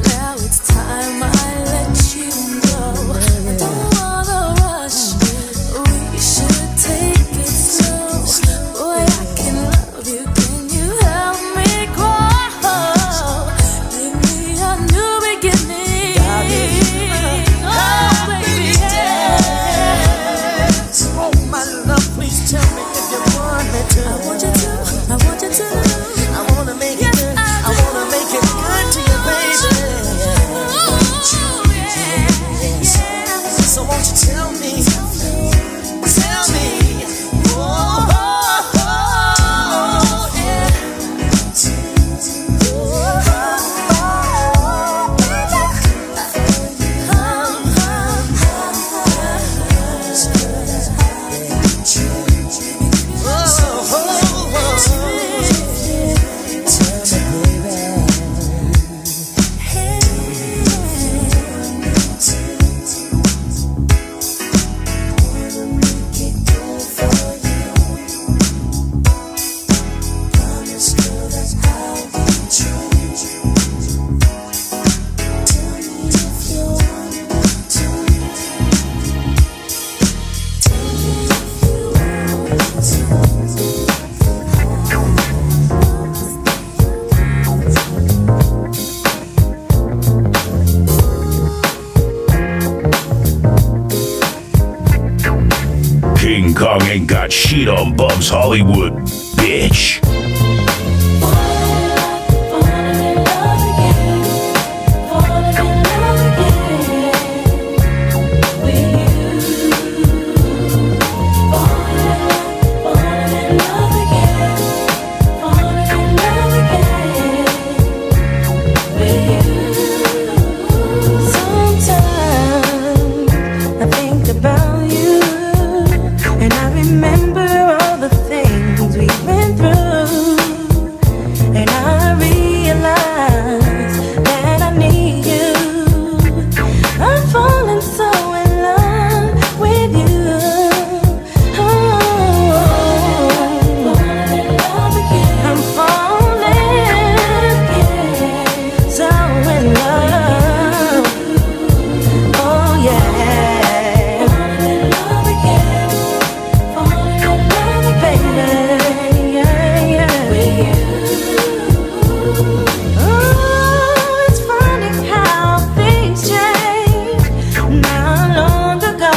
H: now it's time I let you go. I don't wanna rush. We should take it slow. Boy, I can love you. Can you help me grow? Give me a new beginning. Oh, baby, yeah. I want you to. I want you to. I wanna make it good. I wanna make it good to you, baby. So won't you tell me? Tell me. Oh, oh, oh, yeah.
A: not shit on Bums Hollywood, bitch.
I: Falling in love again, falling in love again with you. Falling in love, falling in love again, falling in love again with you. Sometimes I think about you, and I remember all the things we went through. And I realize that I need you. I'm falling so in love with you. Oh, I'm falling so in love. Oh yeah, baby, yeah, yeah. Oh, Oh,
H: Oh,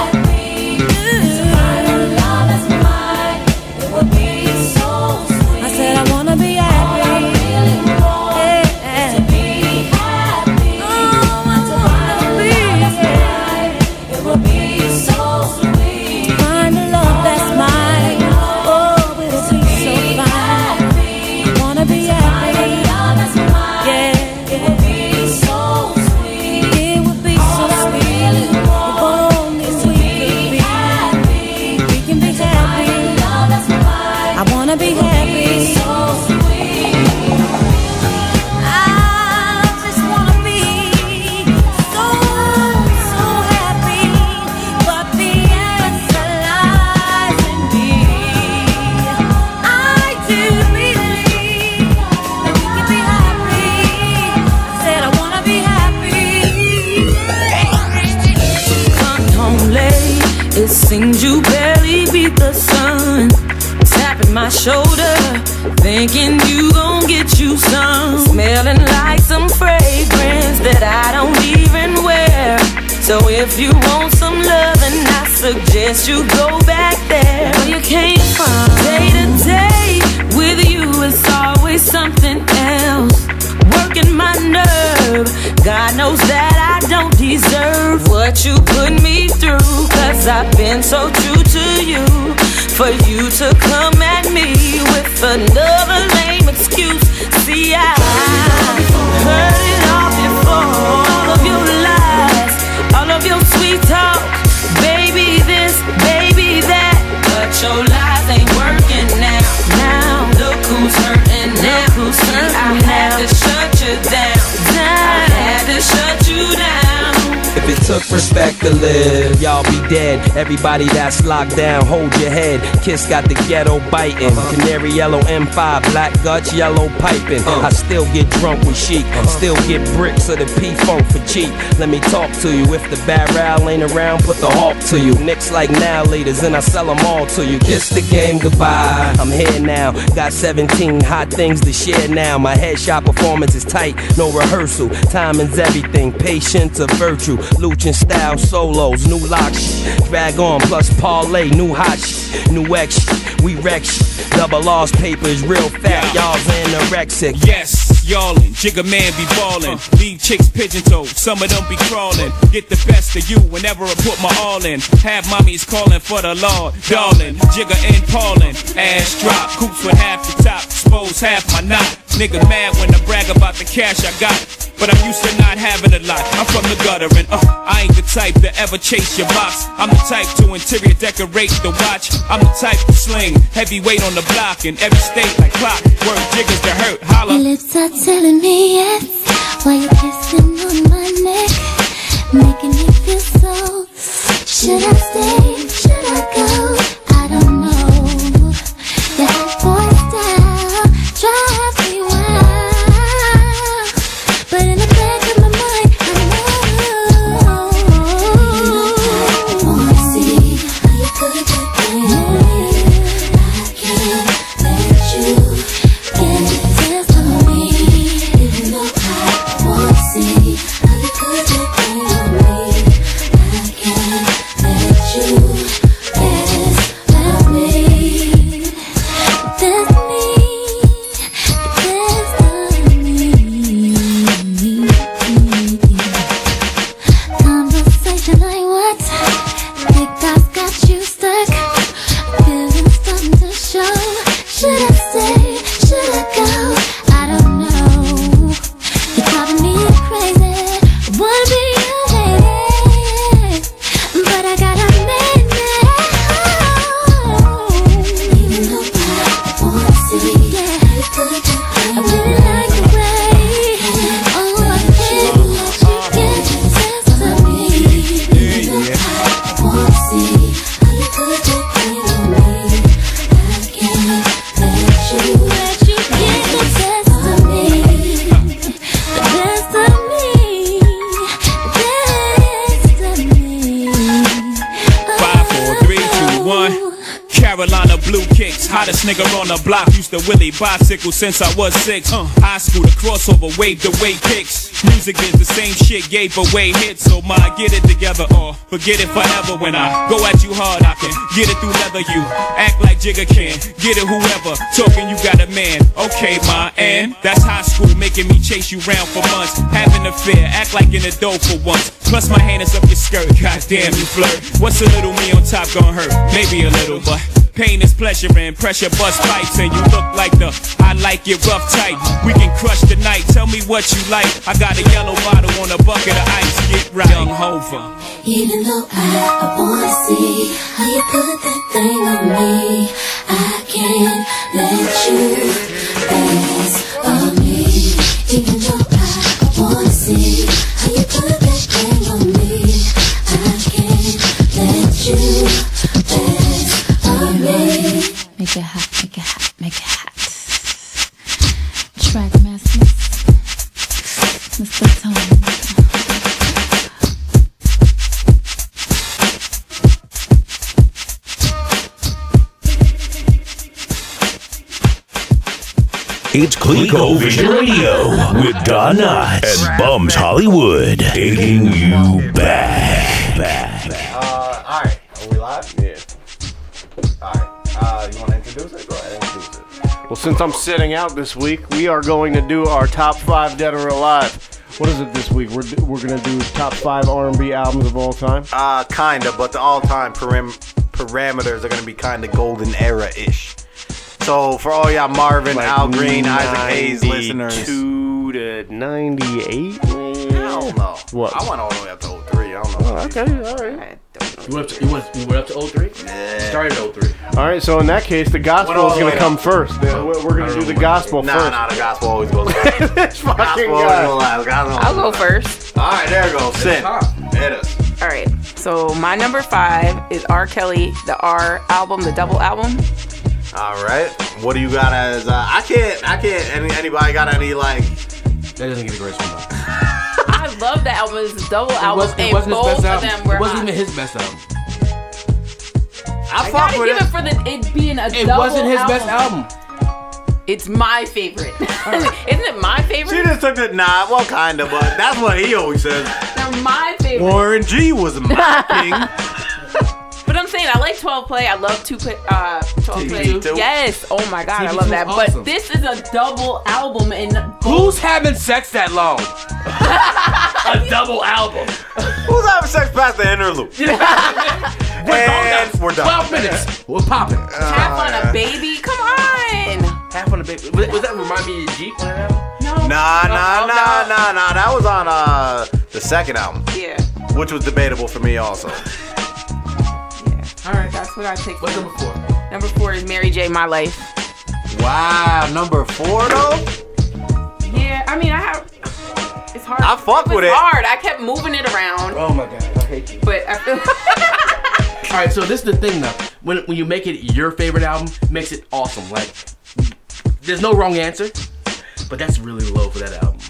H: Oh. It seems you barely beat the sun. Tapping my shoulder, thinking you gon' get you some. Smelling like some fragrance that I don't even wear. So if you want some loving, I suggest you go back there where you came from. Day to day with you, it's always something else. Working my nerve, God knows that I don't deserve what you put me through. Cause I've been so true to you. For you to come at me with another lame excuse. See, I heard it all before. All of your lies, all of your sweet talk. Baby, this, baby, that. But your lies ain't working now. Now, look who's hurting now. Who's I had to shut you down. I had to shut you down.
J: If it took respect to live, y'all be dead. Everybody that's locked down, hold your head. Kiss got the ghetto biting.
E: Uh-huh.
J: Canary yellow M5, black guts, yellow piping.
E: Uh.
J: I still get drunk with chic.
E: Uh-huh.
J: Still get bricks of the P funk for cheap. Let me talk to you. If the barrel ain't around, put the hawk to you. Nicks like now leaders, and I sell them all to you. Kiss the game goodbye. I'm here now. Got 17 hot things to share now. My headshot performance is tight, no rehearsal. Time is everything. Patience a virtue. Luchin style solos, new lock shit. Drag on plus parlay, new hot shit. New X shit. We wreck shit. Double loss papers, real fat. Y'all's anorexic.
K: Yes, yallin', jigger man be ballin'. Leave chicks pigeon toe, some of them be crawlin'. Get the best of you whenever I put my all in. Have mommies callin' for the law, darling. Jigger and Paulin', ass drop, coops with half the top, expose half my knot. Nigga mad when I brag about the cash I got. But I'm used to not having a lot. I'm from the gutter and uh, I ain't the type to ever chase your box. I'm the type to interior decorate the watch. I'm the type to sling heavyweight on the block in every state like clock. Work jiggers to hurt, holla.
H: Your lips are telling me yes while you're kissing on my neck, making me feel so. Should I stay? Should I go? I don't know. Your hot boy style drives me wild, but in the back of my mind, I know you won't see you could get there. I can't let you get this from me, even though I won't see how you could get there from me. I can't let you get this from me. That's me. That's me. Conversation like what? Think I've got you stuck. Feeling something to show. Should I stay? Should I go? I don't know. You're driving me crazy. I wanna be your lady, but I got a man now. Even though I won't see, yeah, I really like the way. Oh, I can't let you get this to me. Even though I won't see how you could get things to me, I can't let you let you get the best of me, the best of me, the best of me.
K: Five, four, three, two, one. Carolina blue kicks, hottest nigga on the block. Used to Willie bicycle since I was six. Uh, high school to crossover, wave the way kicks. Music is the same shit, gave away hits. So my get it together or forget it forever. When I go at you hard, I can get it through leather. You act like Jigga can, get it whoever. Talking you got a man, okay, my and that's high school making me chase you round for months. Having a fear, act like an adult for once. Plus my hand is up your skirt, goddamn you flirt. What's a little me on top gonna hurt? Maybe a little, but pain is pleasure and pressure bust pipes. And you look like the I like it rough type. We can crush the night. Tell me what you like. I got a yellow bottle on a bucket of ice. Get right, young Hova.
H: Even though I, I wanna see how you put that thing on me, I can't let you dance on me. Even though I wanna see how you put that thing on me, I can't let you dance on me.
G: Make it hot, make it hot, make it hot. Track masters, Mr. Tone.
A: It's Clico Vision Radio with Don Knotts and Bums Hollywood. Taking you back. back.
B: Uh, all right. Are we live?
C: Yeah.
B: All right. Uh, you want to introduce it? Go ahead, introduce it.
C: Well, since I'm sitting out this week, we are going to do our top five dead or alive. What is it this week? We're, we're gonna do top five R&B albums of all time.
B: Uh, kinda, but the all-time param- parameters are gonna be kinda golden era-ish. So for all y'all Marvin, Al Green, Isaac Hayes listeners,
C: Two to ninety-eight.
B: hell no.
C: What?
B: I went all the way up to 03. I don't know.
C: Okay, all right.
D: I don't know.
E: You went up to, you went, you went up to 03?
B: Yeah.
E: Started at 03.
C: All right. So in that case, the
B: Went
C: gospel
B: all
C: is
B: the
C: gonna
B: way
C: come
B: up.
C: first. The- We're we're gonna do the gospel
B: Nah,
C: first.
B: nah, the gospel always goes last.
C: This fucking
B: gospel always
C: guy.
B: goes last. Gospel
D: I'll go
B: always goes
D: first.
B: last. All right, there it goes. Sin.
E: top.
B: Hit us.
D: All right. So my number five is R. Kelly, the R album, the double album.
B: All right. What do you got as? Uh, I can't. I can't. Any, anybody got any like?
E: That doesn't get a great one. though.
D: I love that album. It's a double
E: It
D: album,
E: wasn't- it
D: and
E: wasn't his
D: both
E: best
D: of
E: album.
D: them were
E: It wasn't
D: hot.
E: even his best album.
B: I,
D: I
B: fuck
D: gotta
B: with
D: give it
B: it.
D: for the it being a
E: It
D: double
E: wasn't his best album.
D: It's my favorite. Isn't it my
B: She
D: favorite?
B: just took the nah. Well, kinda, but that's what he always says.
D: They're my favorite.
B: Warren G was my king.
D: But I'm saying I like 12 play. I love two play, uh, 12 play.
B: TV2.
D: Yes. Oh my god, I
E: TV2
D: love
E: is
D: that.
E: awesome.
D: But this is a double album, and
E: Who's having sex that long? a double album.
B: Who's having sex past the interlude? and we're done. Uh,
E: 12 minutes. We're popping.
D: half on a baby. Come on.
E: Uh, Half on the big. Was, was that remind me of Jeep on that album?
D: No.
B: Nah, nah,
D: Oh,
B: nah,
D: no.
B: nah, nah. That was on uh the second album,
D: Yeah.
B: which was debatable for me also.
D: All right, that's what I picked.
E: What's
D: Number,
E: number four?
D: number four is Mary J. My Life.
B: Wow, number four though.
D: Yeah. I mean, I have. It's hard.
B: I fuck
D: was
B: with it.
D: Hard. I kept moving it around,
E: Oh my god, I hate you.
D: but I feel.
E: All right, so this is the thing though. When when you make it your favorite album, it makes it awesome. Like, there's no wrong answer, but that's really low for that album.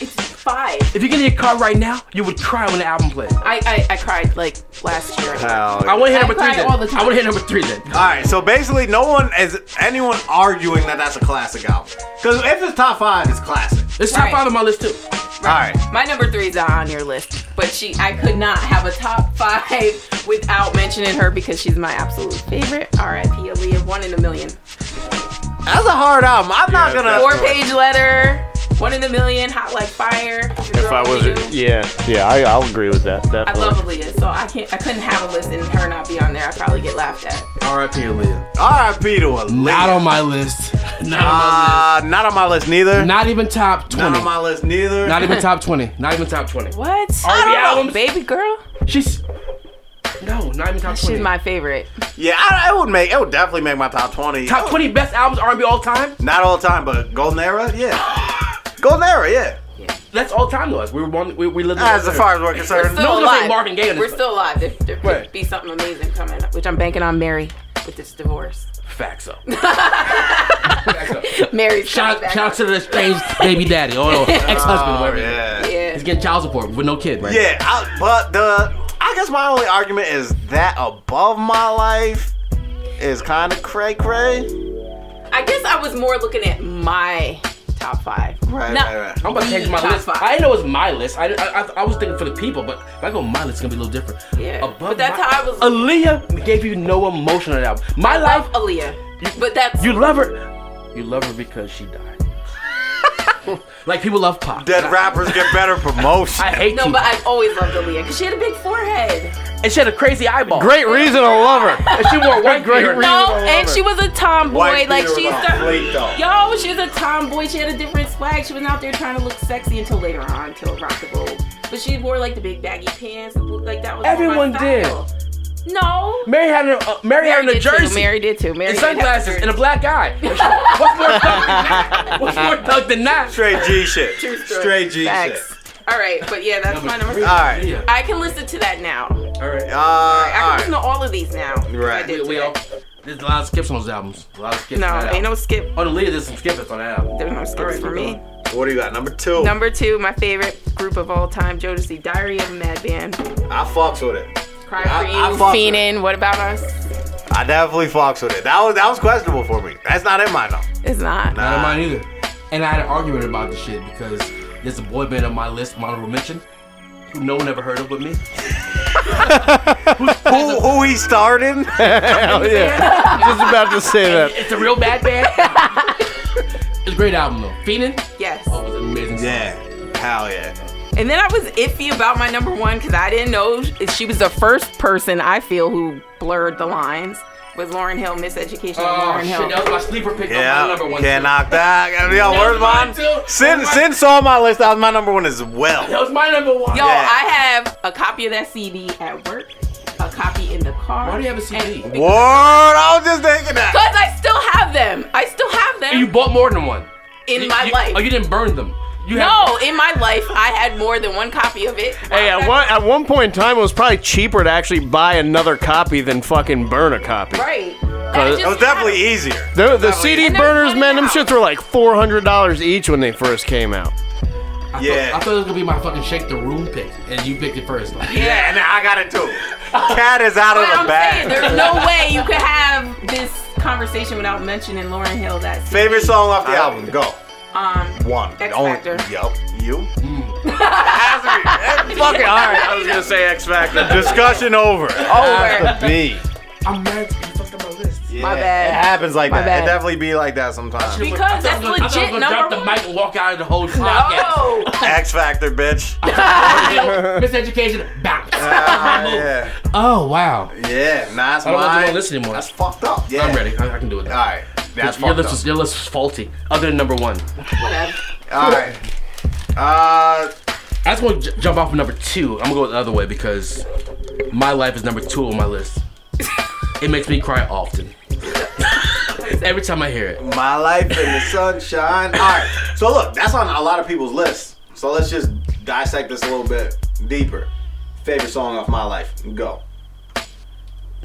D: it's five.
E: If you get in your car right now, you would cry when the album played.
D: I, I I cried like last year.
B: Hell
E: I want to hit
D: I
E: number
D: cry
E: three then.
D: all the time.
E: I want to hit number three then.
B: All right, so basically, no one is anyone arguing that that's a classic album. Because if it's top five, it's classic.
E: It's top
D: Right.
E: five on my list too.
B: All right,
D: My number three is not on your list, but she I could not have a top five without mentioning her because she's my absolute favorite. R.I.P. Aaliyah, one in a million.
B: that's a hard album. I'm not gonna.
D: Four page letter, one in a million, hot like fire.
C: If I wasn't, yeah, yeah, I, I'll agree with that.
D: I
C: Definitely.
D: love Aaliyah, so I can't I couldn't have a list and her not be on there. I'd probably get laughed at.
E: R.I.P. Aaliyah.
B: R.I.P. to a
E: Not on my list. Not on my
B: Uh, not on my list neither.
E: list. Not even top
B: Not
E: twenty.
B: on my list neither.
E: Not even top twenty. Not even top twenty.
D: What?
E: R&B albums?
D: Baby girl?
E: She's no, not even top twenty.
D: She's my favorite.
B: yeah, I, I would make. It would definitely make my top twenty.
E: top twenty best albums R&B all time.
B: Not all time, but Golden Era, yeah. Golden Era, yeah.
E: That's all time to us. We were one. We, we lived. in
B: As
E: the
B: far as we're concerned,
E: No one's gonna say Marvin Gaye on this
D: We're
E: one.
D: still alive. There, there could
E: Right.
D: be something amazing coming up, which I'm banking on Mary with this divorce.
E: facts up.
D: Mary's
E: Shout,
D: coming back.
E: shout out to the estranged baby daddy or ex husband, whatever.
B: yeah. Oh, Yeah,
D: Yeah.
E: He's getting child support with no kid, right?
B: I, but the I guess my only argument is that above my life is kind of cray cray.
D: I guess I was more looking at my top five.
B: Right,
D: Not-
B: right, right.
E: I'm about to change my
D: Top
E: list.
D: five.
E: I didn't know it was my list. I, I, I- I was thinking for the people, but if I go my list, it's gonna be a little different.
D: Yeah.
E: Above
D: But that's
E: my-
D: how I was-
E: Aaliyah gave you no emotion on that album. My
D: I love
E: life,
D: Aaliyah, but that's
E: you love her. You love her because she died. like people love pop.
B: Dead rappers get better promotion.
E: I hate
D: no.
E: you.
D: But I've always loved Aaliyah because she had a big forehead.
E: and she had a crazy eyeball.
C: Great reason to love her.
E: And she wore white
C: Great
E: beard.
C: reason.
D: No, and she was a tomboy.
B: White
D: like
B: Peter
D: she
B: was
D: used
B: on fleek, though.
D: to, yo, she was a tomboy. She had a different swag. She was out there trying to look sexy until later on, until rock the boat. But she wore like the big baggy pants, the boot- like that was more my
E: Everyone did.
D: style. No.
E: Mary had a uh, Mary, had on a
D: did too.
E: jersey.
D: Mary did too. Mary
E: and
D: did have a
E: sunglasses
D: jersey.
E: and a black eye. What's more thug than that? What's more thug than that?
B: Straight G shit.
D: True story.
B: Straight G
D: Facts.
B: shit.
D: All right, but yeah, that's my number.
B: All right.
D: I can listen to that now.
E: All
B: Uh,
E: right.
D: I
B: all
D: can listen
B: right.
D: to all of these now.
B: Right.
D: I did
E: We
D: today.
E: all, there's a lot of skips on those albums. A lot of skips. on
D: No,
E: that
D: ain't no
E: album.
D: skip.
E: On the lead, there's some skips on that album.
D: There's no skips
E: All right,
D: for
E: keep
D: me.
E: going.
B: What do you got? Number two.
D: Number two, my favorite group of all time, Jodeci, Diary of a Mad Band,
B: I fucks with it.
D: Cry
B: I-
D: for
B: I
D: You,
B: fuck with
D: Fiendin', What About Us?
B: I definitely fucks with it. That was that was questionable for me. That's not in my though.
D: It's not.
E: Not on mine either. And I had an argument about this shit because there's a boy band on my list, my honorable mention, who no one ever heard of but me.
L: Who, who he starred in? Hell yeah. Just about to say that.
E: It's a real bad band. it's a great album though. Fiendin'?
D: Yes.
E: Oh, it was an amazing. song.
B: Yeah. Hell yeah.
D: And then I was iffy about my number one because I didn't know if she was the first person I feel who blurred the lines. Was Lauren Hill miseducation? of
E: Oh
D: Lauren
E: shit,
D: Hill.
E: that was my sleeper pick. Yeah,
L: Yeah.
E: number one.
L: Can't
E: too.
L: knock that. Gotta be on.
E: That
L: Where's
E: was mine
L: mine?
E: too.
L: Sin,
E: That was
L: Sin saw my list. That was my number one as well.
E: That was my number one.
D: Yo,
L: Yeah.
D: I have a copy of that CD at work, a copy in the car.
E: Why do you have a CD?
D: and-
L: Word. I was just thinking that.
D: Because I still have them. I still have them
E: And you bought more than one.
D: in
E: You-
D: my
E: you-
D: life.
E: Oh, you didn't burn them. You
D: no, in my life, I had more than one copy of it.
L: Hey,
D: I-
L: at one, at one point in time, it was probably cheaper to actually buy another copy than fucking burn a copy.
D: Right.
L: That
B: It was definitely easier.
L: The, the CD
D: And they're
L: burners, man, them
D: funny now.
L: shits were like $400 each when they first came out.
E: Have, I
B: Yeah.
E: thought, I thought it was gonna be my fucking shake the room pick, and you picked it first. Like,
B: Yeah, and I got it too.
L: Cat is out of
D: But
L: the
D: I'm
L: bag.
D: saying there's no way you could have this conversation without mentioning Lauren Hill. That CD.
B: Favorite song off the album? Go.
D: Um,
B: One.
D: X Factor.
B: Yup. You.
L: Fuck it, all right.
C: I was gonna say X Factor.
L: Discussion over.
D: over.
B: B.
E: I'm mad. You fucked up my list.
B: Yeah,
D: My bad.
B: It happens like
D: My
B: that.
D: bad.
B: It definitely be like that sometimes.
E: I
D: Because
E: thought I was
D: that's
E: gonna- I thought I was
D: legit
E: gonna drop
D: number
E: the
D: one.
E: mic and walk out of the whole podcast.
D: No.
B: X Factor, bitch.
E: Miseducation, bounce.
B: Ah, yeah.
E: Oh wow.
B: Yeah. Nah, that's
E: I don't want to
B: mine.
E: listen anymore.
B: That's fucked up. Yeah.
E: I'm ready. I, I can do it.
B: All right. That's
E: your
B: fucked
E: list
B: up.
E: was your list was faulty. Other than number one,
D: Whatever.
B: All right. Uh,
E: I just want to j- jump off of number two. I'm gonna go the other way because my life is number two on my list. it makes me cry often. Every time I hear it.
B: my life in the sunshine. All right. So look, that's on a lot of people's lists. So let's just dissect this a little bit deeper. Favorite song off my life. Go.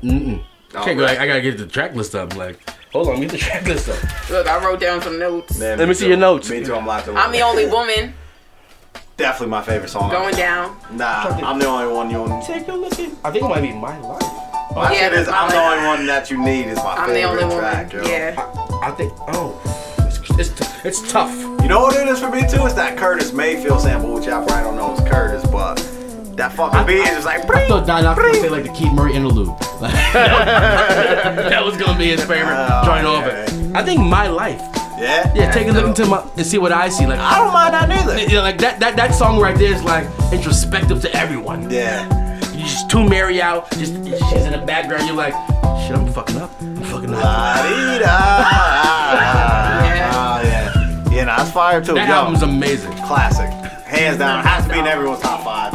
E: Mm-mm. Can't go.
B: Alright.
E: I, I gotta get the track list up. Like, hold on, get the track list up.
D: Look, I wrote down some notes.
B: Man,
E: Let me see your notes.
B: Me too. I'm locked in.
D: I'm the only woman
B: Definitely my favorite song.
D: going down.
B: Nah, I'm the only one you want.
E: Take a look at. I think it might be my life.
B: My
D: Yeah,
B: shit is,
D: that's my
B: I'm the
D: life.
B: only one that you need is my
D: I'm the
B: favorite
D: only woman.
B: track, yo.
D: Yeah.
E: I think. Oh, it's it's, t- it's tough.
B: You know what it is for me too? It's that Curtis Mayfield sample, which y'all probably don't know is Curtis, but that fucking beat is just like.
E: I thought Don was gonna say like the Keith Murray interlude. Like, that was gonna be his favorite
B: Oh,
E: joint
B: yeah.
E: over. I think my life.
B: Yeah.
E: Yeah, take a look into my and see what I see. Like
B: I
E: I
B: don't mind that neither.
E: don't. Yeah, like that, that that song right there is like introspective to everyone.
B: Yeah.
E: You just tune Mary out. Just she's in the background. You're like, shit, I'm fucking up. I'm fucking up.
B: La-dee-da. Ah, yeah. Yeah, nah, it's fire too.
E: that
B: Yo,
E: album's amazing.
B: classic. Hands down, has to be in everyone's top five.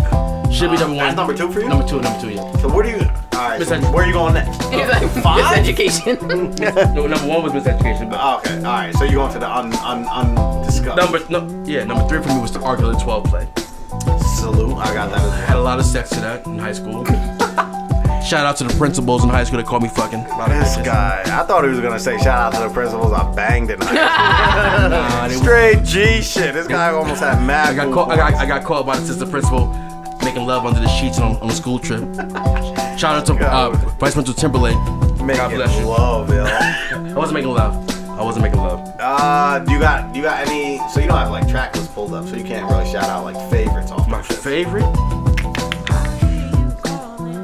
E: Should be number one.
B: That's number two for you?
E: Number two, number two, yeah.
B: So where do you? All right, so
E: Miss-
B: where you going next?
D: He's like,
B: Five?
D: miseducation.
E: No, number one was Miss Education, but
B: Oh, Okay, all right. So you going to the un un undiscussed?
E: number no, yeah, number three for me was the Arcula 12 play.
B: salute. I got that. As
E: Had a lot of sex to that in high school. Shout out to the principals in high school that called me fucking. A lot of
B: This
E: bitches.
B: guy, I thought he was gonna say shout out to the principals I banged in high
E: Nah, they-
B: school." Straight G shit. This guy almost had mad.
E: I got
B: cool
E: caught. I got,
B: points.
E: I got caught by the assistant principal making love under the sheets on, on a school trip. Shout out to uh, Vice Principal Timberlake.
B: Making
E: God bless you.
B: love, yo.
E: I wasn't making love. I wasn't making love.
B: Uh, do you got do you got any? So you don't have like track lists pulled up, so you can't really shout out like favorites off
E: My
B: my shit.
E: favorite?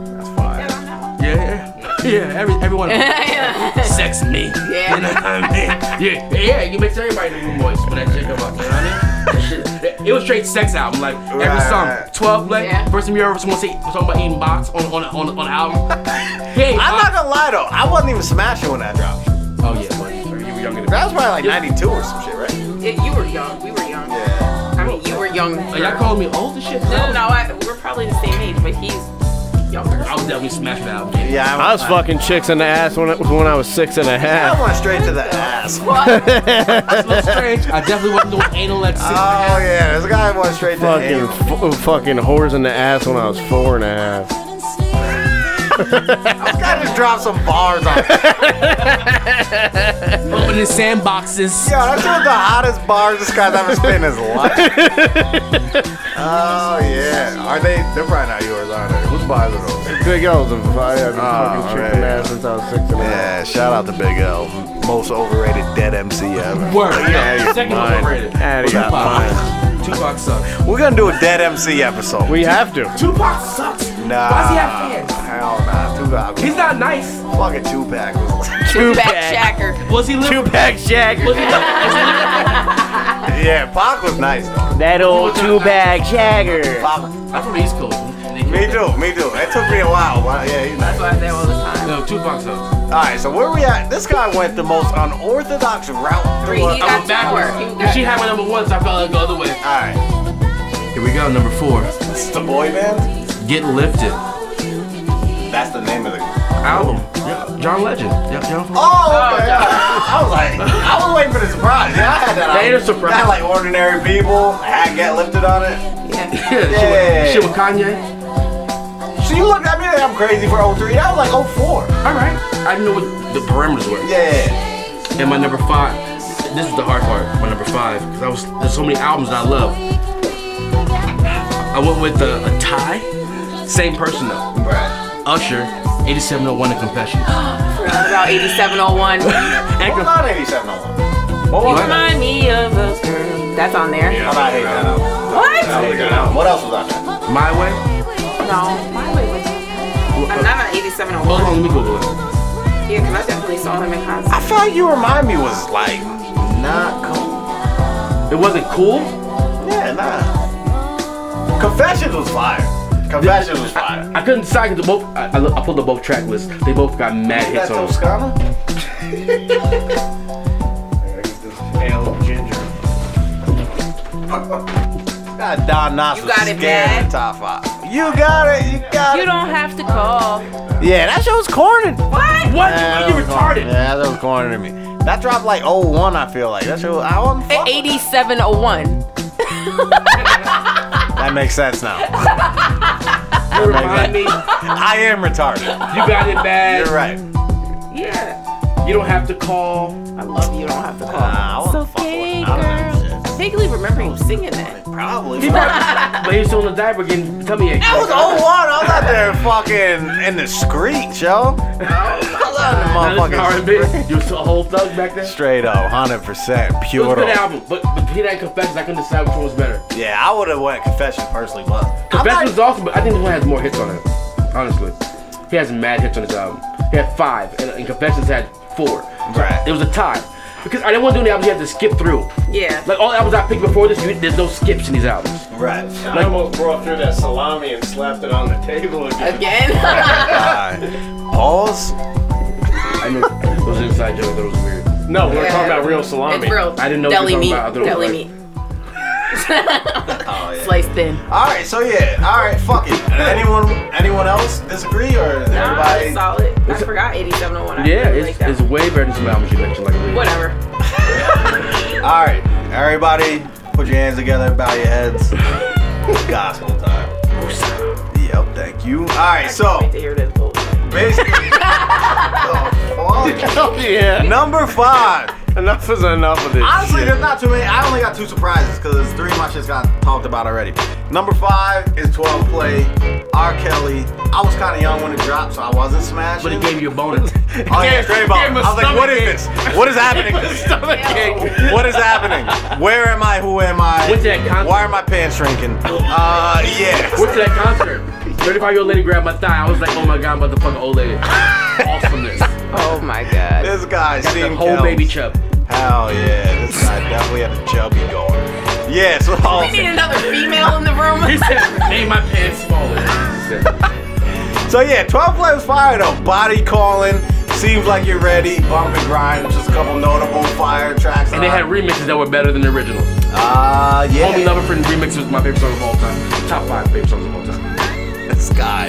B: That's fire.
E: Yeah, yeah, every, everyone. Sex me.
D: Yeah.
E: You know what I mean? Yeah, yeah, you makes everybody in the room moist when that shit come up. You know what I mean? That shit- It, it was straight sex album, like every
B: Right,
E: song.
B: right.
E: 12, like,
D: Yeah.
E: first time you ever someone say, talking about eating box on on on, on the album. hey,
B: I'm not
E: box.
B: gonna lie though, I wasn't even smashing when that dropped.
E: Oh, yeah, well, you were- you were younger than me.
B: That was probably like '92 or some shit, right?
D: Yeah, you were young. We were young.
B: Yeah.
D: I mean, you were young.
E: Like, y'all called me old and shit?
D: No, no, no. I, we're probably the same age, but he's younger.
E: I was definitely smash the album. Yeah.
B: Yeah,
L: I was fucking chicks in the ass when I, when I was six and a
B: I
L: half.
B: went straight to the ass. Oh
D: What?
E: strange. I definitely wasn't doing anal at six.
B: Uh, yeah, this guy went straight to the
L: Fucking,
B: ass.
L: f- fucking whores in the ass when I was four and a half.
B: This guy just dropped some bars on. Yo,
E: Opening sandboxes.
B: that's one of the hottest bars this guy's ever spent in his life. Oh yeah, are they? They're probably not yours, are they? Whose bars are those?
L: Big L's. I had a
B: Ah,
L: fucking chick
B: right.
L: in the ass since I was six and a half.
B: Yeah, shout out to Big L. most overrated dead MC ever.
E: Word.
B: Yeah, you're
E: Second most
B: mine.
E: overrated.
B: Yeah, you got
E: mine. Tupac sucks.
B: We're gonna do a dead MC episode.
C: We have to.
E: Tupac sucks.
B: Nah.
E: Why does he have fans?
B: Hell nah, Tupac.
E: He's not nice.
B: Fucking Tupac. was-
D: Tupac Shacker.
E: Was he living?
C: Tupac Shack.
E: Was he living?
B: Yeah, Pac was nice though.
C: That old two bag shagger.
B: Pac.
E: I'm from the East Coast.
B: Me too, me too. It took me a while. But yeah, he's nice.
D: That's why I say all the time.
E: No, Tupac sucks.
B: All right, so where we at? This guy went the most unorthodox route.
D: Three,
B: through
D: he
B: a-
D: got
E: backwards.
D: two.
E: If she had my number one, so I felt like go the other way.
B: All right,
E: Here we go, number four.
B: it's the boy band.
E: Get Lifted.
B: That's the name of the.
E: Album. John Legend. Yeah, John
B: Oh, okay. I was like, I was waiting for the surprise. Yeah, I had that.
E: That
B: on-
E: is a surprise.
B: That like ordinary people. I had get lifted on it.
E: Yeah,
D: Yeah.
B: Yeah.
E: Shit with, shit with Kanye.
B: So you looked at me like I'm crazy for 03. That was like 04.
E: Alright. I didn't know what the parameters were.
B: Yeah.
E: And my number five, this is the hard part, my number five, because I was there's so many albums that I love. I went with a, a tie, same person though.
B: Right.
E: Usher, 8701 and Confession.
D: Forgot about
E: And
D: 8701.
B: What
E: Conf-
B: about 8701?
D: Remind me of a girl. That's on there.
B: I'm not hating that album.
D: What?
B: oh That was a good album. What else was on there?
E: My Way?
D: No. My way was. I'm not on 8701.
E: Hold on, let me Google it.
D: Yeah, because I definitely saw him in concert.
B: I thought You Remind Me was like not cool.
E: It wasn't cool.
B: Yeah, nah. Confessions was fire. Confessions was fire.
E: I couldn't decide because both, I, I, look- I pulled up both track lists. They both got mad
B: That's
E: hits on them.
B: Toscana?
C: Ale ginger.
B: God, Don Knotts
D: You
B: was
D: got it,
B: scared
D: man.
B: in the top five. You got it. You got
D: You
B: it.
D: don't have to call.
B: Yeah, that show's cornered.
D: What?
E: What?
B: Yeah,
E: you
B: that was corny.
E: retarded?
B: Yeah, that was corny to me. That dropped like 01, I feel like. That show, I wasn't fucking-
D: 8701.
B: That makes sense now.
E: You remind me. You
B: I am retarded.
E: got it bad.
B: You're right.
D: Yeah.
E: You don't have to call.
D: I love you. You don't have to call.
B: Nah, I
D: so
B: wasn't fucking with
D: gay,
B: none of that
D: girl. Vaguely remember you singing that.
B: Probably.
E: but he was still in the diaper getting tummy ache.
B: That was 01. I was out there fucking in the street, yo. I was out in the
E: Now,
B: motherfucking
E: this R&B. You was a whole thug back then.
B: Straight up, 100%
E: It was a
B: pure.
E: good album, but, but he didn't confess. I couldn't decide which one was better.
B: Yeah, I would have went Confession personally, but I'm
E: Confession
B: not-
E: was awesome, but I think this one has more hits on it. Honestly, he has mad hits on his album. He had five, and, and Confessions had four.
B: Right.
E: It was a tie because I didn't want to do any albums you had to skip through.
D: Yeah.
E: Like all the albums I picked before this, you, there's no skips in these albums.
B: Right.
C: I almost brought through that salami and slapped it on the table again.
D: Again?
B: Alright. Pause.
E: I know it was an inside joke. That was weird.
C: No, we're talking about real salami.
D: it's real.
E: I didn't know
D: Deli
E: you were
D: meat.
E: talking about- I
D: Deli
E: thought it
D: meat.
B: Oh, yeah.
D: Sliced thin.
B: Alright, so yeah. Alright, fuck it. Anyone anyone else disagree or is
D: Nah, it's
B: everybody?
D: solid. I forgot 8701. I
E: Yeah,
D: really
E: it's,
D: like that
E: it's
D: one.
E: way better than some albums you mentioned. Like earlier.
D: Whatever.
B: Alright, everybody put your hands together, bow your heads. Gospel time. Yep, thank you. Alright, so.
D: Wait to hear this bullshit.
B: Basically. the fuck?
C: Oh, yeah.
B: Number five.
C: Enough is enough of this.
B: Honestly,
C: shit.
B: there's not too many. I only got two surprises because three of my shits got talked about already. Number five is 12 Play, R. Kelly. I was kind of young when it dropped, so I wasn't smashed.
E: But it gave you a bonus.
B: Oh, yeah,
C: Gave-
B: great
C: gave
B: ball.
C: him a
B: I was like, what is
C: stomachache.
B: this? What is happening? what is happening? Where am I? Who am I?
E: Went to that concert.
B: Why are my pants shrinking? Uh, yeah.
E: Went to that concert. 35 year old lady grabbed my thigh. I was like, oh my god, motherfucking old lady. Awesomeness.
D: Oh my god.
B: This guy
E: The
B: seemed
E: whole
B: kelp.
E: baby chub.
B: Hell yeah, this guy definitely had a chubby going. Yeah, so
D: We need another female in the room.
E: He said, made my pants smaller. He said,
B: So yeah, 12 play was fire though. Body calling, seems like you're ready. Bump and grind, just a couple notable fire tracks.
E: And they had remixes that were better than the original.
B: uh, yeah.
E: Only Lover Friend remix was my favorite song of all time. Top five favorite songs of all time.
B: This guy,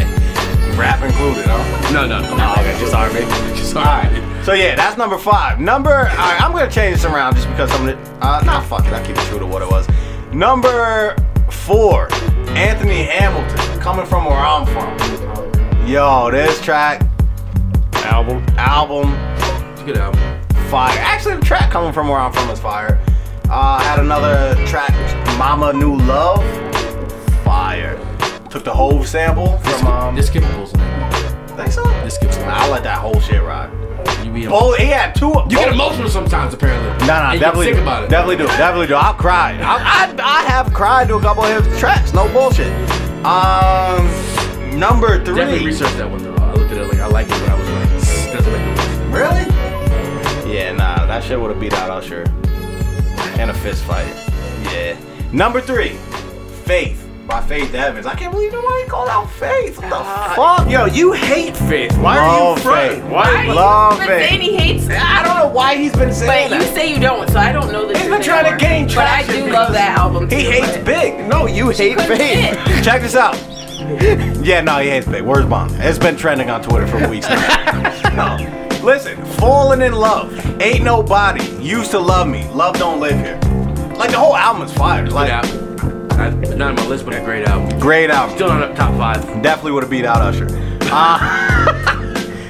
B: rap included, huh?
E: No, no, no.
B: Oh, okay, just R&B.
E: Just
B: Alright, so yeah, that's number five. Number, alright, I'm gonna change this around just because I'm gonna, uh, nah, fuck it, I keep it true to what it was. Number four, Anthony Hamilton, coming from where I'm from. Yo, this track,
C: album.
B: album,
E: It's a good album.
B: fire. Actually, the track coming from where I'm from is fire. Uh, I had another track, Mama New Love, fire. Took the whole sample from um.
E: Just skip the bulls in there.
B: think so?
E: Just skip
B: Nah, I let that whole shit ride.
E: You you be.
B: Oh, he had two.
E: You get emotional sometimes, apparently.
B: Nah, nah,
E: And you
B: definitely,
E: think about it.
B: definitely do, definitely do. I'll cry. I, I, I have cried to a couple of his tracks. No bullshit. Um, number three.
E: Definitely research that one though. I looked at it like I like it, but I was like, it doesn't make no sense.
B: Really? Yeah, nah, that shit would have beat out Usher. And a fist fight. Yeah. Number three, Faith by Faith Evans. I can't believe nobody called out Faith. What the fuck? Yo, you hate Faith. Why
L: Love
B: are you
L: Faith.
B: afraid?
L: Why-
D: I
B: Love
D: but
B: Faith.
D: then he hates.
B: I don't know why he's been saying
D: but
B: that.
D: you say you don't, so I don't know that.
B: He's
D: you're
B: been trying to
D: there.
B: gain traction.
D: But I do
B: because
D: love that album.
B: He
D: too,
B: hates
D: but-
B: Big. No, you hate
D: couldn't
B: Big. Check this out. Yeah, no, he hates Big. Where's Bond? It's been trending on Twitter for weeks now. no. Listen, falling in love. Ain't nobody used to love me. Love don't live here. Like the whole album is fire.
E: Good
B: Like
E: album. I- Not on my list, but a great album.
B: great album.
E: Still not up top five.
B: Definitely would have beat out Usher. Uh,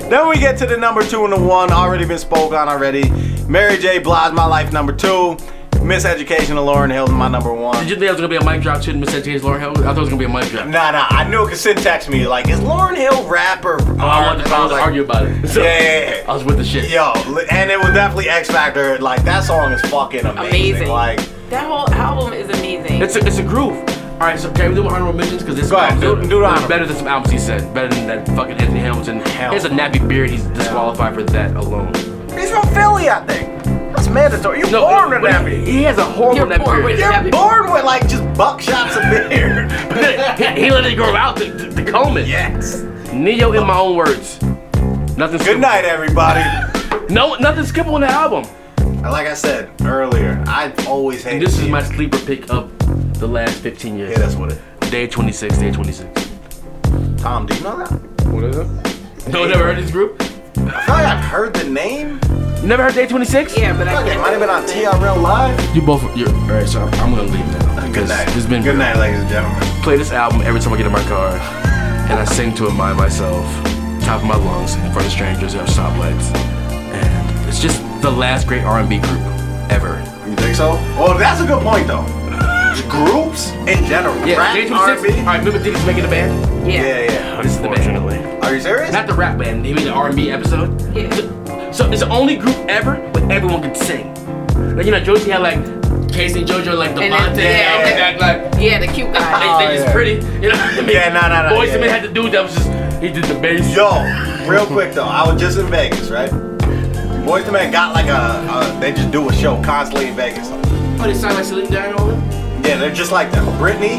B: then we get to the number two and the one. Already been spoke on already. Mary J. Blige, my life number two. Miss Education of Lauren Hill, my number one.
E: Did you think I was gonna be a mic drop? Shouldn't Miss Educated Lauren Hill? I thought it was gonna be a mic drop.
B: Nah, nah, I knew it could syntax me. Like, is Lauren Hill rapper?
E: Oh, I wanted to, I wanted to argue about it. So,
B: Yeah, yeah,
E: I was with the shit.
B: yeah. Yo, li- and it was definitely X Factor. Like, that song is fucking amazing.
D: Amazing.
B: Like,
D: That whole album is amazing.
E: It's a, it's a groove. All right, so can we do honorable mentions? Because this
B: Go ahead, do-
E: album-
B: do the honorable.
E: better than some albums he said. Better than that fucking Anthony Hamilton.
B: Hell.
E: He has a nappy beard. He's disqualified for that alone.
B: he's from Philly, I think. That's mandatory. You're born with
E: but
B: that.
E: he, he has a horrible
D: You're
E: nappy
D: born with
E: beard.
D: it.
B: You're
D: Nappy.
B: born with, like, just buckshots of beer.
E: he, he let it grow out to, to, to comb it.
B: yes.
E: Neo in my own words. Nothing.
B: Good night, everybody.
E: No, nothing skippable on the album.
B: like I said earlier, I've always hated
E: This is
B: Beatles.
E: my sleeper pick of the last 15 years.
B: Yeah, that's what it.
E: Day 26, day 26.
B: Tom, do you know that?
C: What is it?
E: No, never heard this group.
B: I feel like I've heard the name.
E: Never heard day 26?
D: yeah, but I
B: I feel like it
D: can't.
B: might have been on TRL Live.
E: You both. You're, all right, so I'm, I'm gonna leave now.
B: Good night.
E: It's been
B: Good night, ladies and gentlemen.
E: Play this album every time I get in my car, and I sing to it by myself, top of my lungs, in front of strangers at stoplights, and it's just the last great R&B group ever.
B: You think so? Well, that's a good point though. Just Groups in general,
E: Yeah,
B: rap,
E: day 26.
B: R&B.
E: All right, remember Diddy's making a band?
D: Yeah.
B: Yeah, yeah.
E: This is the band.
C: Unfortunately.
B: Are you serious?
E: Not the rap band. They made an R&B episode.
D: Yeah.
E: So it's the only group ever where everyone could sing. Like you know, Josie had like Casey and JoJo like
D: then-
E: Devontae. and
D: yeah,
B: yeah.
E: Outback, like they,
D: Oh, Yeah, the cute guy.
E: they just
B: yeah.
E: pretty. You know what I mean?
B: Yeah, nah, nah, nah,
E: Boys
B: yeah,
E: Man
B: yeah.
E: had to do that was just he did the bass.
B: Yo, real quick though, I was just in Vegas, right? Boys the Man got like a, a, they just do a show constantly in Vegas.
E: But it sounded like Celine Dion. all that.
B: Yeah, they're just like them. Britney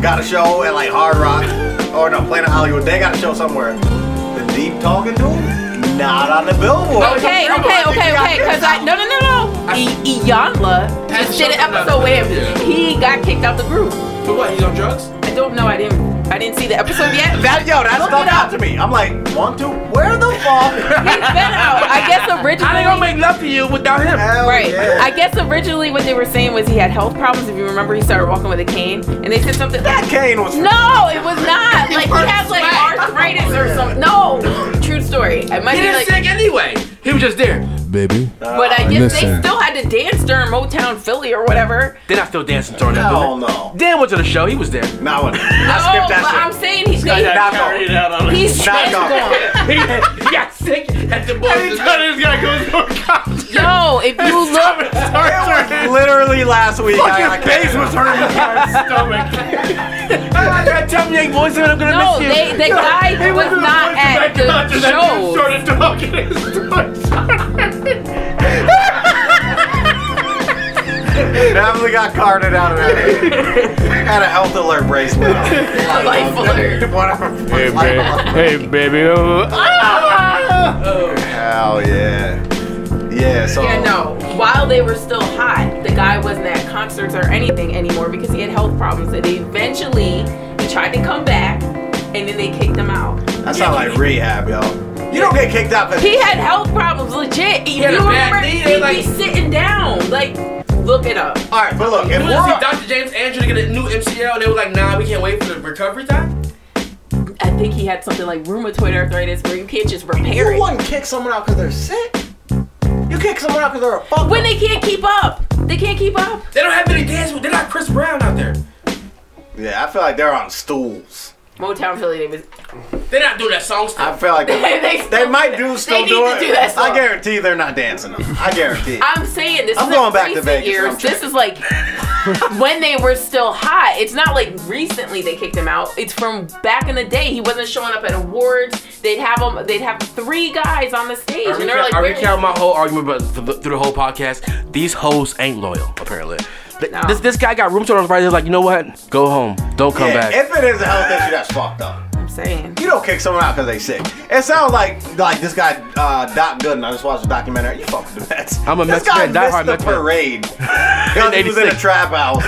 B: got a show at like Hard Rock, or no, Planet Hollywood. They got a show somewhere. The Deep talking to him, not on the billboard.
D: Okay, okay, okay, okay. Cause I no no no no. E- Iyanla
E: That's
D: just did an
E: something
D: episode
E: about-
D: where
E: yeah.
D: he got kicked out the group.
E: But what? He's on drugs?
D: I don't know. I didn't. I didn't see the episode yet.
B: That yo, that
D: Look
B: stuck
D: it
B: out
D: up.
B: to me. I'm like, one, two, where the fuck?
D: He's been out. I guess
E: How they
D: originally.
E: gonna make love to you without him?
B: Hell
D: Right.
B: yeah.
D: I guess originally what they were saying was he had health problems. If you remember, he started walking with a cane, and they said something.
B: That cane was.
D: No, it was not. Like he has like arthritis or something. No, true story. It might
E: He
D: be
E: didn't
D: like,
E: sing anyway. He was just there.
F: Baby.
D: but I guess they
F: Listen.
D: still had to dance during Motown Philly or whatever.
E: They're not still dancing during that.
B: Hell
E: door.
B: no.
E: Dan went to the show. He was there.
B: Not one. I
D: no,
B: skipped
D: Oh, but
B: that
D: I'm
B: shit.
D: saying he's
B: Not going.
C: Carried out on
D: he's
B: Not going.
E: he got sick at the boys.
C: Every time this guy goes to a concert,
D: Yo, if you look,
C: it starts
B: It was Literally last week. I- I
C: Fucking
B: can't-
C: face was hurting my stomach.
E: I gotta tell me, hey, boys, I'm gonna
D: no,
E: miss you.
D: they the guy was not at the show.
C: Started talking. It
B: Definitely got carded out of that. Had a health alert bracelet. on.
D: Life alert.
B: Whatever.
C: hey, ba- hey, baby.
L: uh,
B: Hell yeah. Yeah. So.
D: Ah! Yeah, no. While they were still hot, the guy wasn't at concerts or anything anymore because he had health problems. And eventually, he tried to come back, and then they kicked him out.
B: That's not like rehab, yo. You don't get kicked out. for-
D: He had health problems, legit. If
E: had
D: you
E: a bad
D: remember,
E: knee,
D: he'd
E: they
D: be
E: like-
D: sitting down. Like, look it up.
B: All right, but look, if
E: You wanna see
B: we're
E: Dr. James Andrew to get a new MCL, and they were like, nah, we can't wait for the recovery time.
D: I think he had something like rheumatoid arthritis where you can't just repair
B: You
D: it.
B: wouldn't kick someone out because they're sick. You kick someone out because they're a fuck.
D: When they can't keep up, they can't keep up.
E: They don't have any dance. They're not Chris Brown out there.
B: Yeah, I feel like they're on stools.
D: Motown Philly. They was. They're not doing that song still.
B: I feel like they,
D: they, still
B: might
D: do
B: do still
D: they
B: do
D: need
B: it.
D: to do that song.
B: I guarantee they're not dancing. Them. I guarantee.
D: I'm saying this.
B: I'm
D: isn't
B: going back to
D: recent
B: Vegas and
D: Years.
B: I'm
D: This is like when they were still hot. It's not like recently they kicked him out. It's from back in the day. He wasn't showing up at awards. They'd have him. They'd have three guys on the stage,
E: I
D: and they're like,
E: recount, I
D: "Where
E: recount my whole argument about th- th- through the whole podcast. These hoes ain't loyal, apparently. Th- This this guy got room tour on Friday. He's like, you know what? Go home. Don't come
B: Yeah,
E: back.
B: If it is a health issue, that's fucked up.
D: I'm saying.
B: You don't kick someone out because they sick. It sounds like like this guy uh, Doc Gooden. I just watched a documentary. You fuck with the Mets.
E: I'm a
B: this
E: Mets fan,
B: guy missed
E: diehard
B: the
E: Mets fan.
B: parade. 'Cause he was in a
E: 86.
B: trap house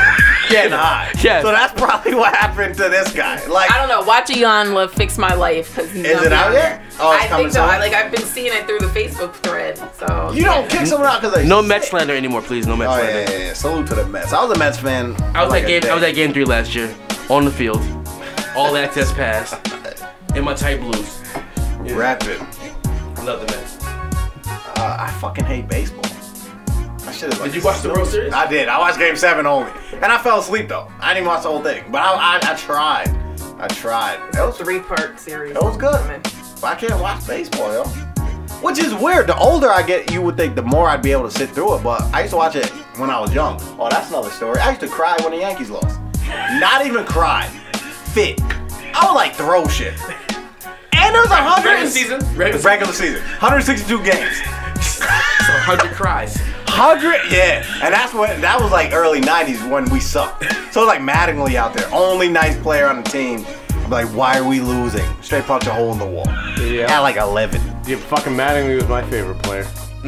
B: getting high.
E: Yes.
B: So that's probably what happened to this guy. Like
D: I don't know. Watch Elon Love fix my life because he's
B: Is
D: not
B: it out
D: down
B: yet?
D: there.
B: Oh, it's
D: I
B: coming
D: think so. I,
B: soon.
D: like I've been seeing it through the Facebook thread. So
B: you don't kick someone out because they.
E: No Mets slander anymore, please. No Mets
B: Oh
E: slander.
B: yeah, yeah, yeah. Salute to the Mets. I was a Mets fan.
E: I was
B: like
E: at
B: a
E: game.
B: dick.
E: I was at game three last year on the field, all access pass, in my tight blues.
B: Rapid.
E: I love the Mets.
B: Uh, I fucking hate baseball. I should have.
E: Did you watch the World Series?
B: I did. I watched Game Seven only, and I fell asleep though. I didn't watch the whole thing, but I, I, I tried. I tried. That was
D: three part series.
B: That was good. But I can't watch baseball, yo. Which is weird. The older I get, you would think the more I'd be able to sit through it. But I used to watch it when I was young. Oh, that's another story. I used to cry when the Yankees lost. Not even cry. Fit. I would like throw shit. And there's a hundred
E: Regular season?
B: Regular, season. 162 games.
E: So hundred cries.
B: Hundred. Yeah. And that's when that was like early 90s when we sucked. So it was like Mattingly out there, only nice player on the team. I'm like, why are we losing? Straight punch a hole in the wall.
L: Yeah.
B: At like 11.
L: Yeah, fucking Mattingly was my favorite player.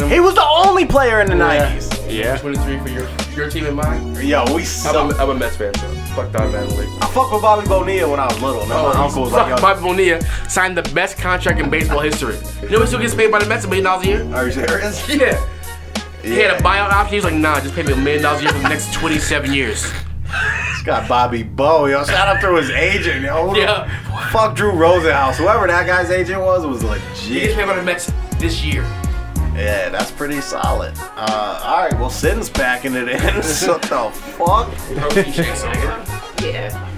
B: He was the only player in the nineties.
L: Yeah.
E: Twenty three for your your team and mine.
B: Yo, we
E: I'm a,
B: suck.
E: I'm a Mets fan, so fuck Don Mattingly.
B: I fucked with Bobby Bonilla when I was little. and my uncle was like,
E: Oh, fuck
B: yo,
E: Bob Bonilla signed the best contract in baseball history. You know what still gets paid by the Mets a million dollars a year?
B: are you serious?
E: Yeah. He had a buyout option. He was like, nah, just pay me a million dollars a year for the next 27 years.
B: This guy Bobby Bo, yo. Shout out to his agent, yo. Who the
E: Yeah.
B: Fuck Drew Rosenhaus. Whoever that guy's agent was was
E: He gets
B: legit.
E: paid by the Mets this year.
B: Yeah, that's pretty solid. Uh, all right, well, Sin's packing it in. so the fuck?
D: Yeah.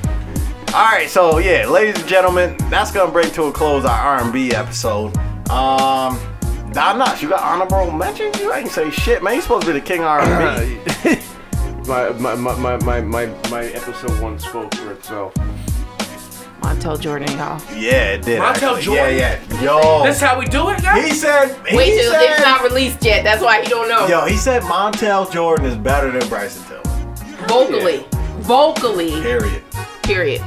B: All right, so yeah, ladies and gentlemen, that's gonna bring to a close our R&B episode. Um, I'm not. You got honorable mentions? You ain't say shit, man. You supposed to be the king of R&B.
L: my, my, my, my, my, my, my episode one spoke for itself.
D: Montel Jordan, y'all.
B: Yeah, it did.
E: Montel
B: actually.
E: Jordan?
B: Yeah, yeah. Yo.
E: That's how we do it, guys.
B: he said. He
D: Wait till
B: said,
D: it's not released yet. That's why he don't know.
B: Yo, he said Montel Jordan is better than Bryson Tiller.
D: vocally, vocally.
B: Period.
D: Period.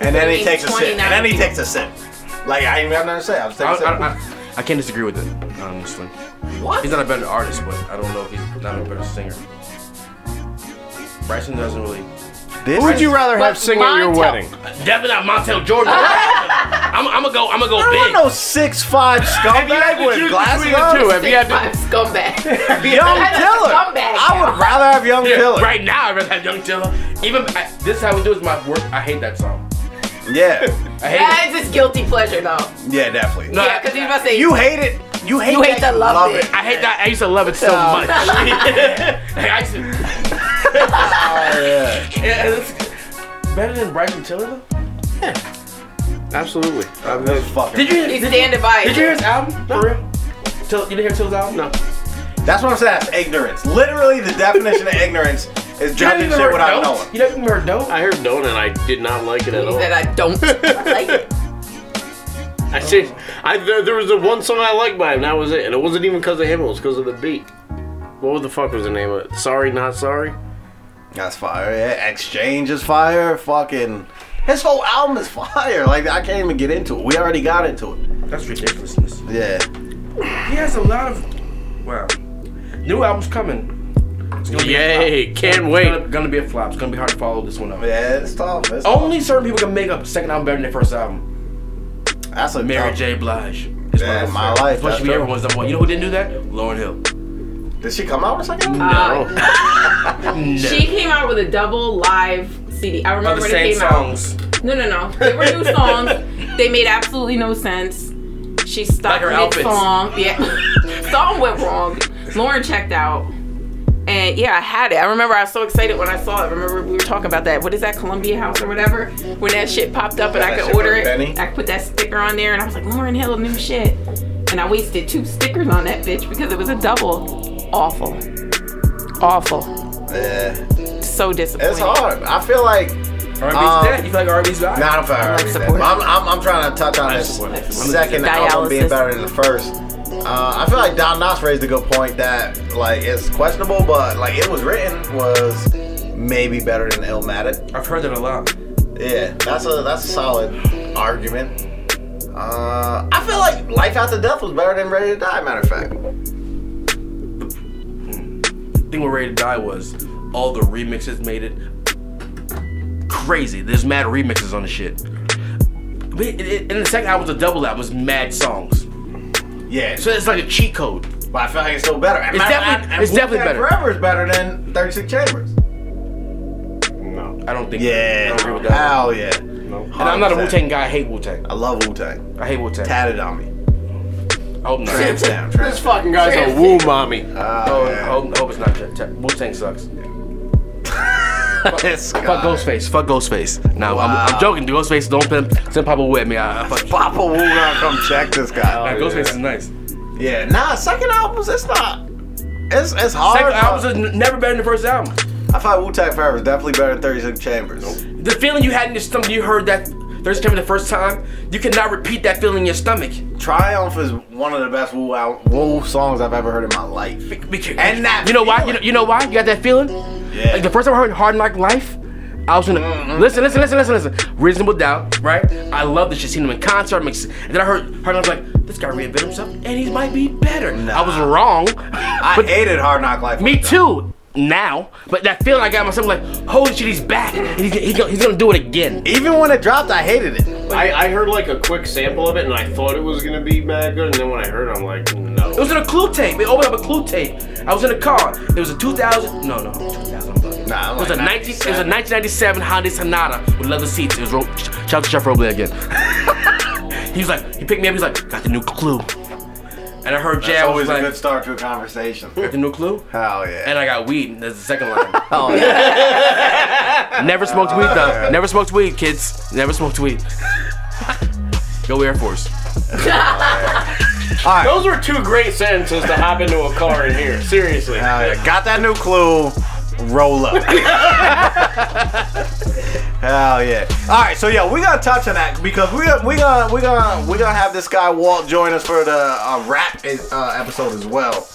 B: And then he
D: He's
B: takes a sip. And
D: 29.
B: then he takes a sip. Like I ain't even have nothing to say. I was
E: I,
B: taking a sip.
E: I, I, I can't disagree with it, honestly.
B: what?
E: He's not a better artist, but I don't know if he's not a better singer. Bryson doesn't really.
B: This
L: Who would
B: is-
L: you rather have
D: But
L: sing at your
D: Montel-
L: wedding?
E: Definitely not Montel Jordan. I'm, I'm gonna go. I'm gonna go
B: I
E: big.
B: don't want no six five scumbag with glasses on.
L: two, have you had to,
D: Five scumbag.
B: Young
D: That's a
B: Tiller.
D: scumbag,
B: I
D: y'all.
B: would rather have Young
E: Yeah,
B: Tiller.
E: right now, I'd rather have Young Tiller. Even I, this, is how we do it is my work. I hate that song.
B: Yeah.
E: I hate
D: That
E: it.
D: is his guilty pleasure, though.
B: Yeah, definitely.
E: No,
D: Yeah, because he's about to say
B: You hate it. You hate.
D: You hate
B: that
D: to love it.
E: I hate that. I used to love it so
B: Oh.
E: much. Like, I used to,
B: Yeah.
E: yeah, it's better than Bryson Tiller though.
L: Absolutely. I've
B: This fucking-
E: Did you?
D: he's
E: Did,
D: standing by.
E: did you hear his album? For real? Till, you didn't hear Tiller's album? No.
B: That's what I'm saying. That's ignorance. Literally, the definition of ignorance is judging shit without knowing.
E: You never even heard dope.
C: I heard Don't and I did not like it at
D: He
C: all.
D: said, "I don't like it."
C: I see. I there, there was the one song I liked by him. That was it, and it wasn't even because of him. It was because of the beat. What the fuck was the name of it? Sorry, not sorry.
B: That's fire. Yeah. Exchange is fire. Fucking. His whole album is fire. Like I can't even get into it. We already got into it.
E: That's ridiculousness.
B: Yeah.
E: He has a lot of wow. New album's coming. It's gonna
C: Yay! Can't
E: Be a flop.
C: wait.
E: Gonna, gonna be a flop. It's gonna be hard to follow this one up.
B: Yeah, it's tough. It's tough.
E: Only certain people can make a second album better than their first album.
B: That's a
E: Mary
B: tough-
E: J. Blige.
B: Yeah, my
E: It's
B: life.
E: supposed
B: That's
E: to be
B: tough.
E: everyone's number one. You know who didn't do that? Lauren Hill.
B: Did she come out with something?
D: Uh, She came out with a double live CD. I remember
E: the
D: when it
E: same
D: came
E: songs.
D: out. No, no, no. They were new songs. They made absolutely no sense. She stopped
E: her
D: mid
E: outfits.
D: song. Yeah, something went wrong. Lauren checked out. And yeah, I had it. I remember I was so excited when I saw it. Remember we were talking about that. What is that Columbia House or whatever? When that shit popped up and
B: Yeah,
D: I
B: that
D: could
B: shit
D: order
B: for a
D: it,
B: penny.
D: I could put that sticker on there, and I was like, Lauren Hill, new shit. And I wasted two stickers on that bitch because it was a double. Awful. Awful.
B: Eh,
D: So disappointing.
B: it's hard. I feel like.
D: R&B's
B: um,
D: dead. You feel like R&B's
B: Nah,
D: died?
B: I don't feel like
D: I'm not
B: R&B's dead.
D: supportive.
B: But I'm, I'm, I'm trying to touch on this second album being
D: Dialysis.
B: better than the first. Uh, I feel like Don Knotts raised a good point that like it's questionable, but like it was written was maybe better than Illmatic.
E: I've heard that a lot.
B: Yeah, that's a that's a solid argument. Uh, I feel like Life After Death was better than Ready to Die. Matter of fact,
E: thing with Ready to Die was all the remixes made it crazy. There's mad remixes on the shit. But it- it- And the second album was a double album, it was mad songs.
B: yeah.
E: So it's like a cheat code.
B: But I feel like it's still better. And
E: It's
B: matter of
E: definitely-
B: fact, and
E: it's definitely
B: Wu-Tang
E: better.
B: Forever is better than Thirty Six Chambers.
E: No, I don't think. I
B: Yeah.
E: don't agree with that.
B: Hell yeah.
E: And I'm not a Wu Tang guy. I hate Wu Tang.
B: I love Wu Tang.
E: I hate Wu Tang.
B: Tatted on me.
E: I hope not.
B: Hands down.
C: This fucking guy's a woo mommy.
B: Uh,
E: Oh, I hope, I hope it's not. Wu Tang sucks.
B: This
E: Fuck
B: guy.
E: Ghostface. Fuck Ghostface. No, I'm,
B: Wow.
E: I'm joking. dude. Ghostface, don't send, send Papa with me. I, I fuck you. Oh,
B: Papa Wu gonna come check this guy.
E: Nah, Ghostface is nice.
B: Yeah. Nah, second albums, it's not. It's it's hard.
E: Second
B: but
E: albums are n- never better than the first album.
B: I thought Wu Tang Forever is definitely better than Thirty Six Chambers.
E: The feeling you had in your stomach, you heard that Thursday coming the first time, you cannot repeat that feeling in your stomach.
B: Triumph is one of the best Wu al- Wu songs I've ever heard in my life. And that
E: you know why? You know,
B: feeling.
E: you know why? You got that feeling?
B: Yeah.
E: Like the first time I heard Hard Knock Life, I was in the listen, listen, listen, listen, listen. Reasonable Doubt, right? I love this shit. Seen him in concert. I'm ex- and then I heard Hard Knock. Like this guy reinvented himself, and he might be better. I was wrong.
B: I
E: but
B: hated Hard Knock Life.
E: me too. Now, but that feeling I got myself like, holy shit, he's back. He's, he's, gonna, he's gonna do it again.
B: Even when it dropped, I hated it.
C: I, I heard like a quick sample of it and I thought it was gonna be mad good, and then when I heard it, I'm like,
E: It
C: no.
E: was in a clue tape. They opened up a clue tape. I was in a car. It was a 2000. No, no, 2000. I'm
B: Nah, I'm
E: It was a
B: like
E: 19, it was a 1997 Hyundai Sonata with leather seats. It was ro- sh- shout out to Chef Roble again. he was like, he picked me up. He's like, got the new Clue. And I heard
B: That's
E: Jab was
B: always a
E: like,
B: good start to a conversation.
E: the new Clue.
B: Hell yeah. Oh,
E: And I got weed. and That's the second line. Never smoked weed though. Never smoked weed, kids. Never smoked weed. Go Air Force.
B: All right.
C: Those were two great sentences to hop into a car in here. Seriously.
B: Hell yeah. Got that new clue. Roll up. Hell yeah. All right, so yeah, we gonna touch on that because we gonna we gonna we gonna we gonna have this guy Walt join us for the uh, rap uh, episode as well.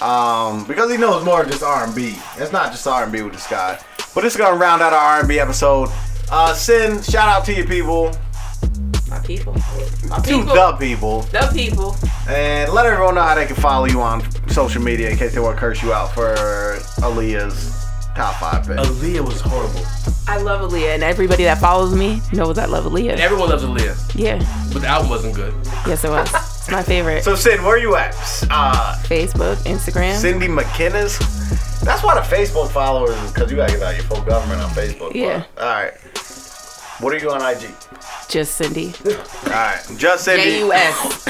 B: Um, because he knows more than just R&B. It's not just R&B with this guy, but it's gonna round out our R&B episode. Uh, Sin, shout out to you people,
D: My people.
B: to
D: people.
B: the people,
D: The people.
B: and let everyone know how they can follow you on social media in case they want to curse you out for Aaliyah's top five pick.
E: Aaliyah was horrible.
D: I love Aaliyah, and everybody that follows me knows I love Aaliyah.
E: Everyone loves Aaliyah,
D: Yeah.
E: but the album wasn't good.
D: Yes, it was. It's my favorite.
B: So Sin, where you at? Uh,
D: Facebook, Instagram.
B: Cindy McKinnis. That's why the Facebook followers is because you gotta get out your full government on Facebook. but-
D: Yeah.
B: all right. What are you on IG?
D: Just Cindy.
B: All right. Just Cindy.
D: J U S.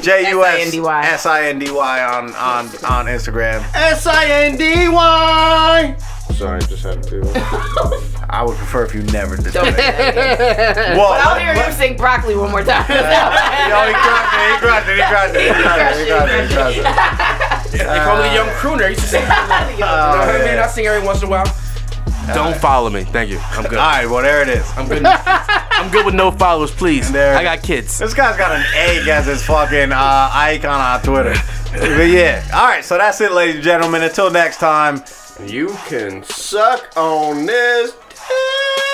B: J U S
D: S-I-N-D-Y.
B: S I N D Y on on on Instagram.
C: S I N D Y. Sorry, just had to do
B: I would prefer if you never did
D: Don't do
B: that.
D: that again.
B: Whoa.
D: I'll hear him sing broccoli one more time.
B: Yo, he crushed it. He crushed it. He crushed it. He crushed it. He crushed it. He crushed it.
E: They call me the young crooner. I used to sing.
B: Oh,
E: I mean, I
B: yeah.
E: sing every once in a while. Don't follow me. Thank you. I'm good.
B: All right. Well, there it is.
E: I'm good. I'm good with no followers, please.
B: There.
E: I got kids.
B: This guy's got an egg as his fucking uh, icon on Twitter. But yeah. All right. So that's it, ladies and gentlemen. Until next time.
C: You can suck on this. dick.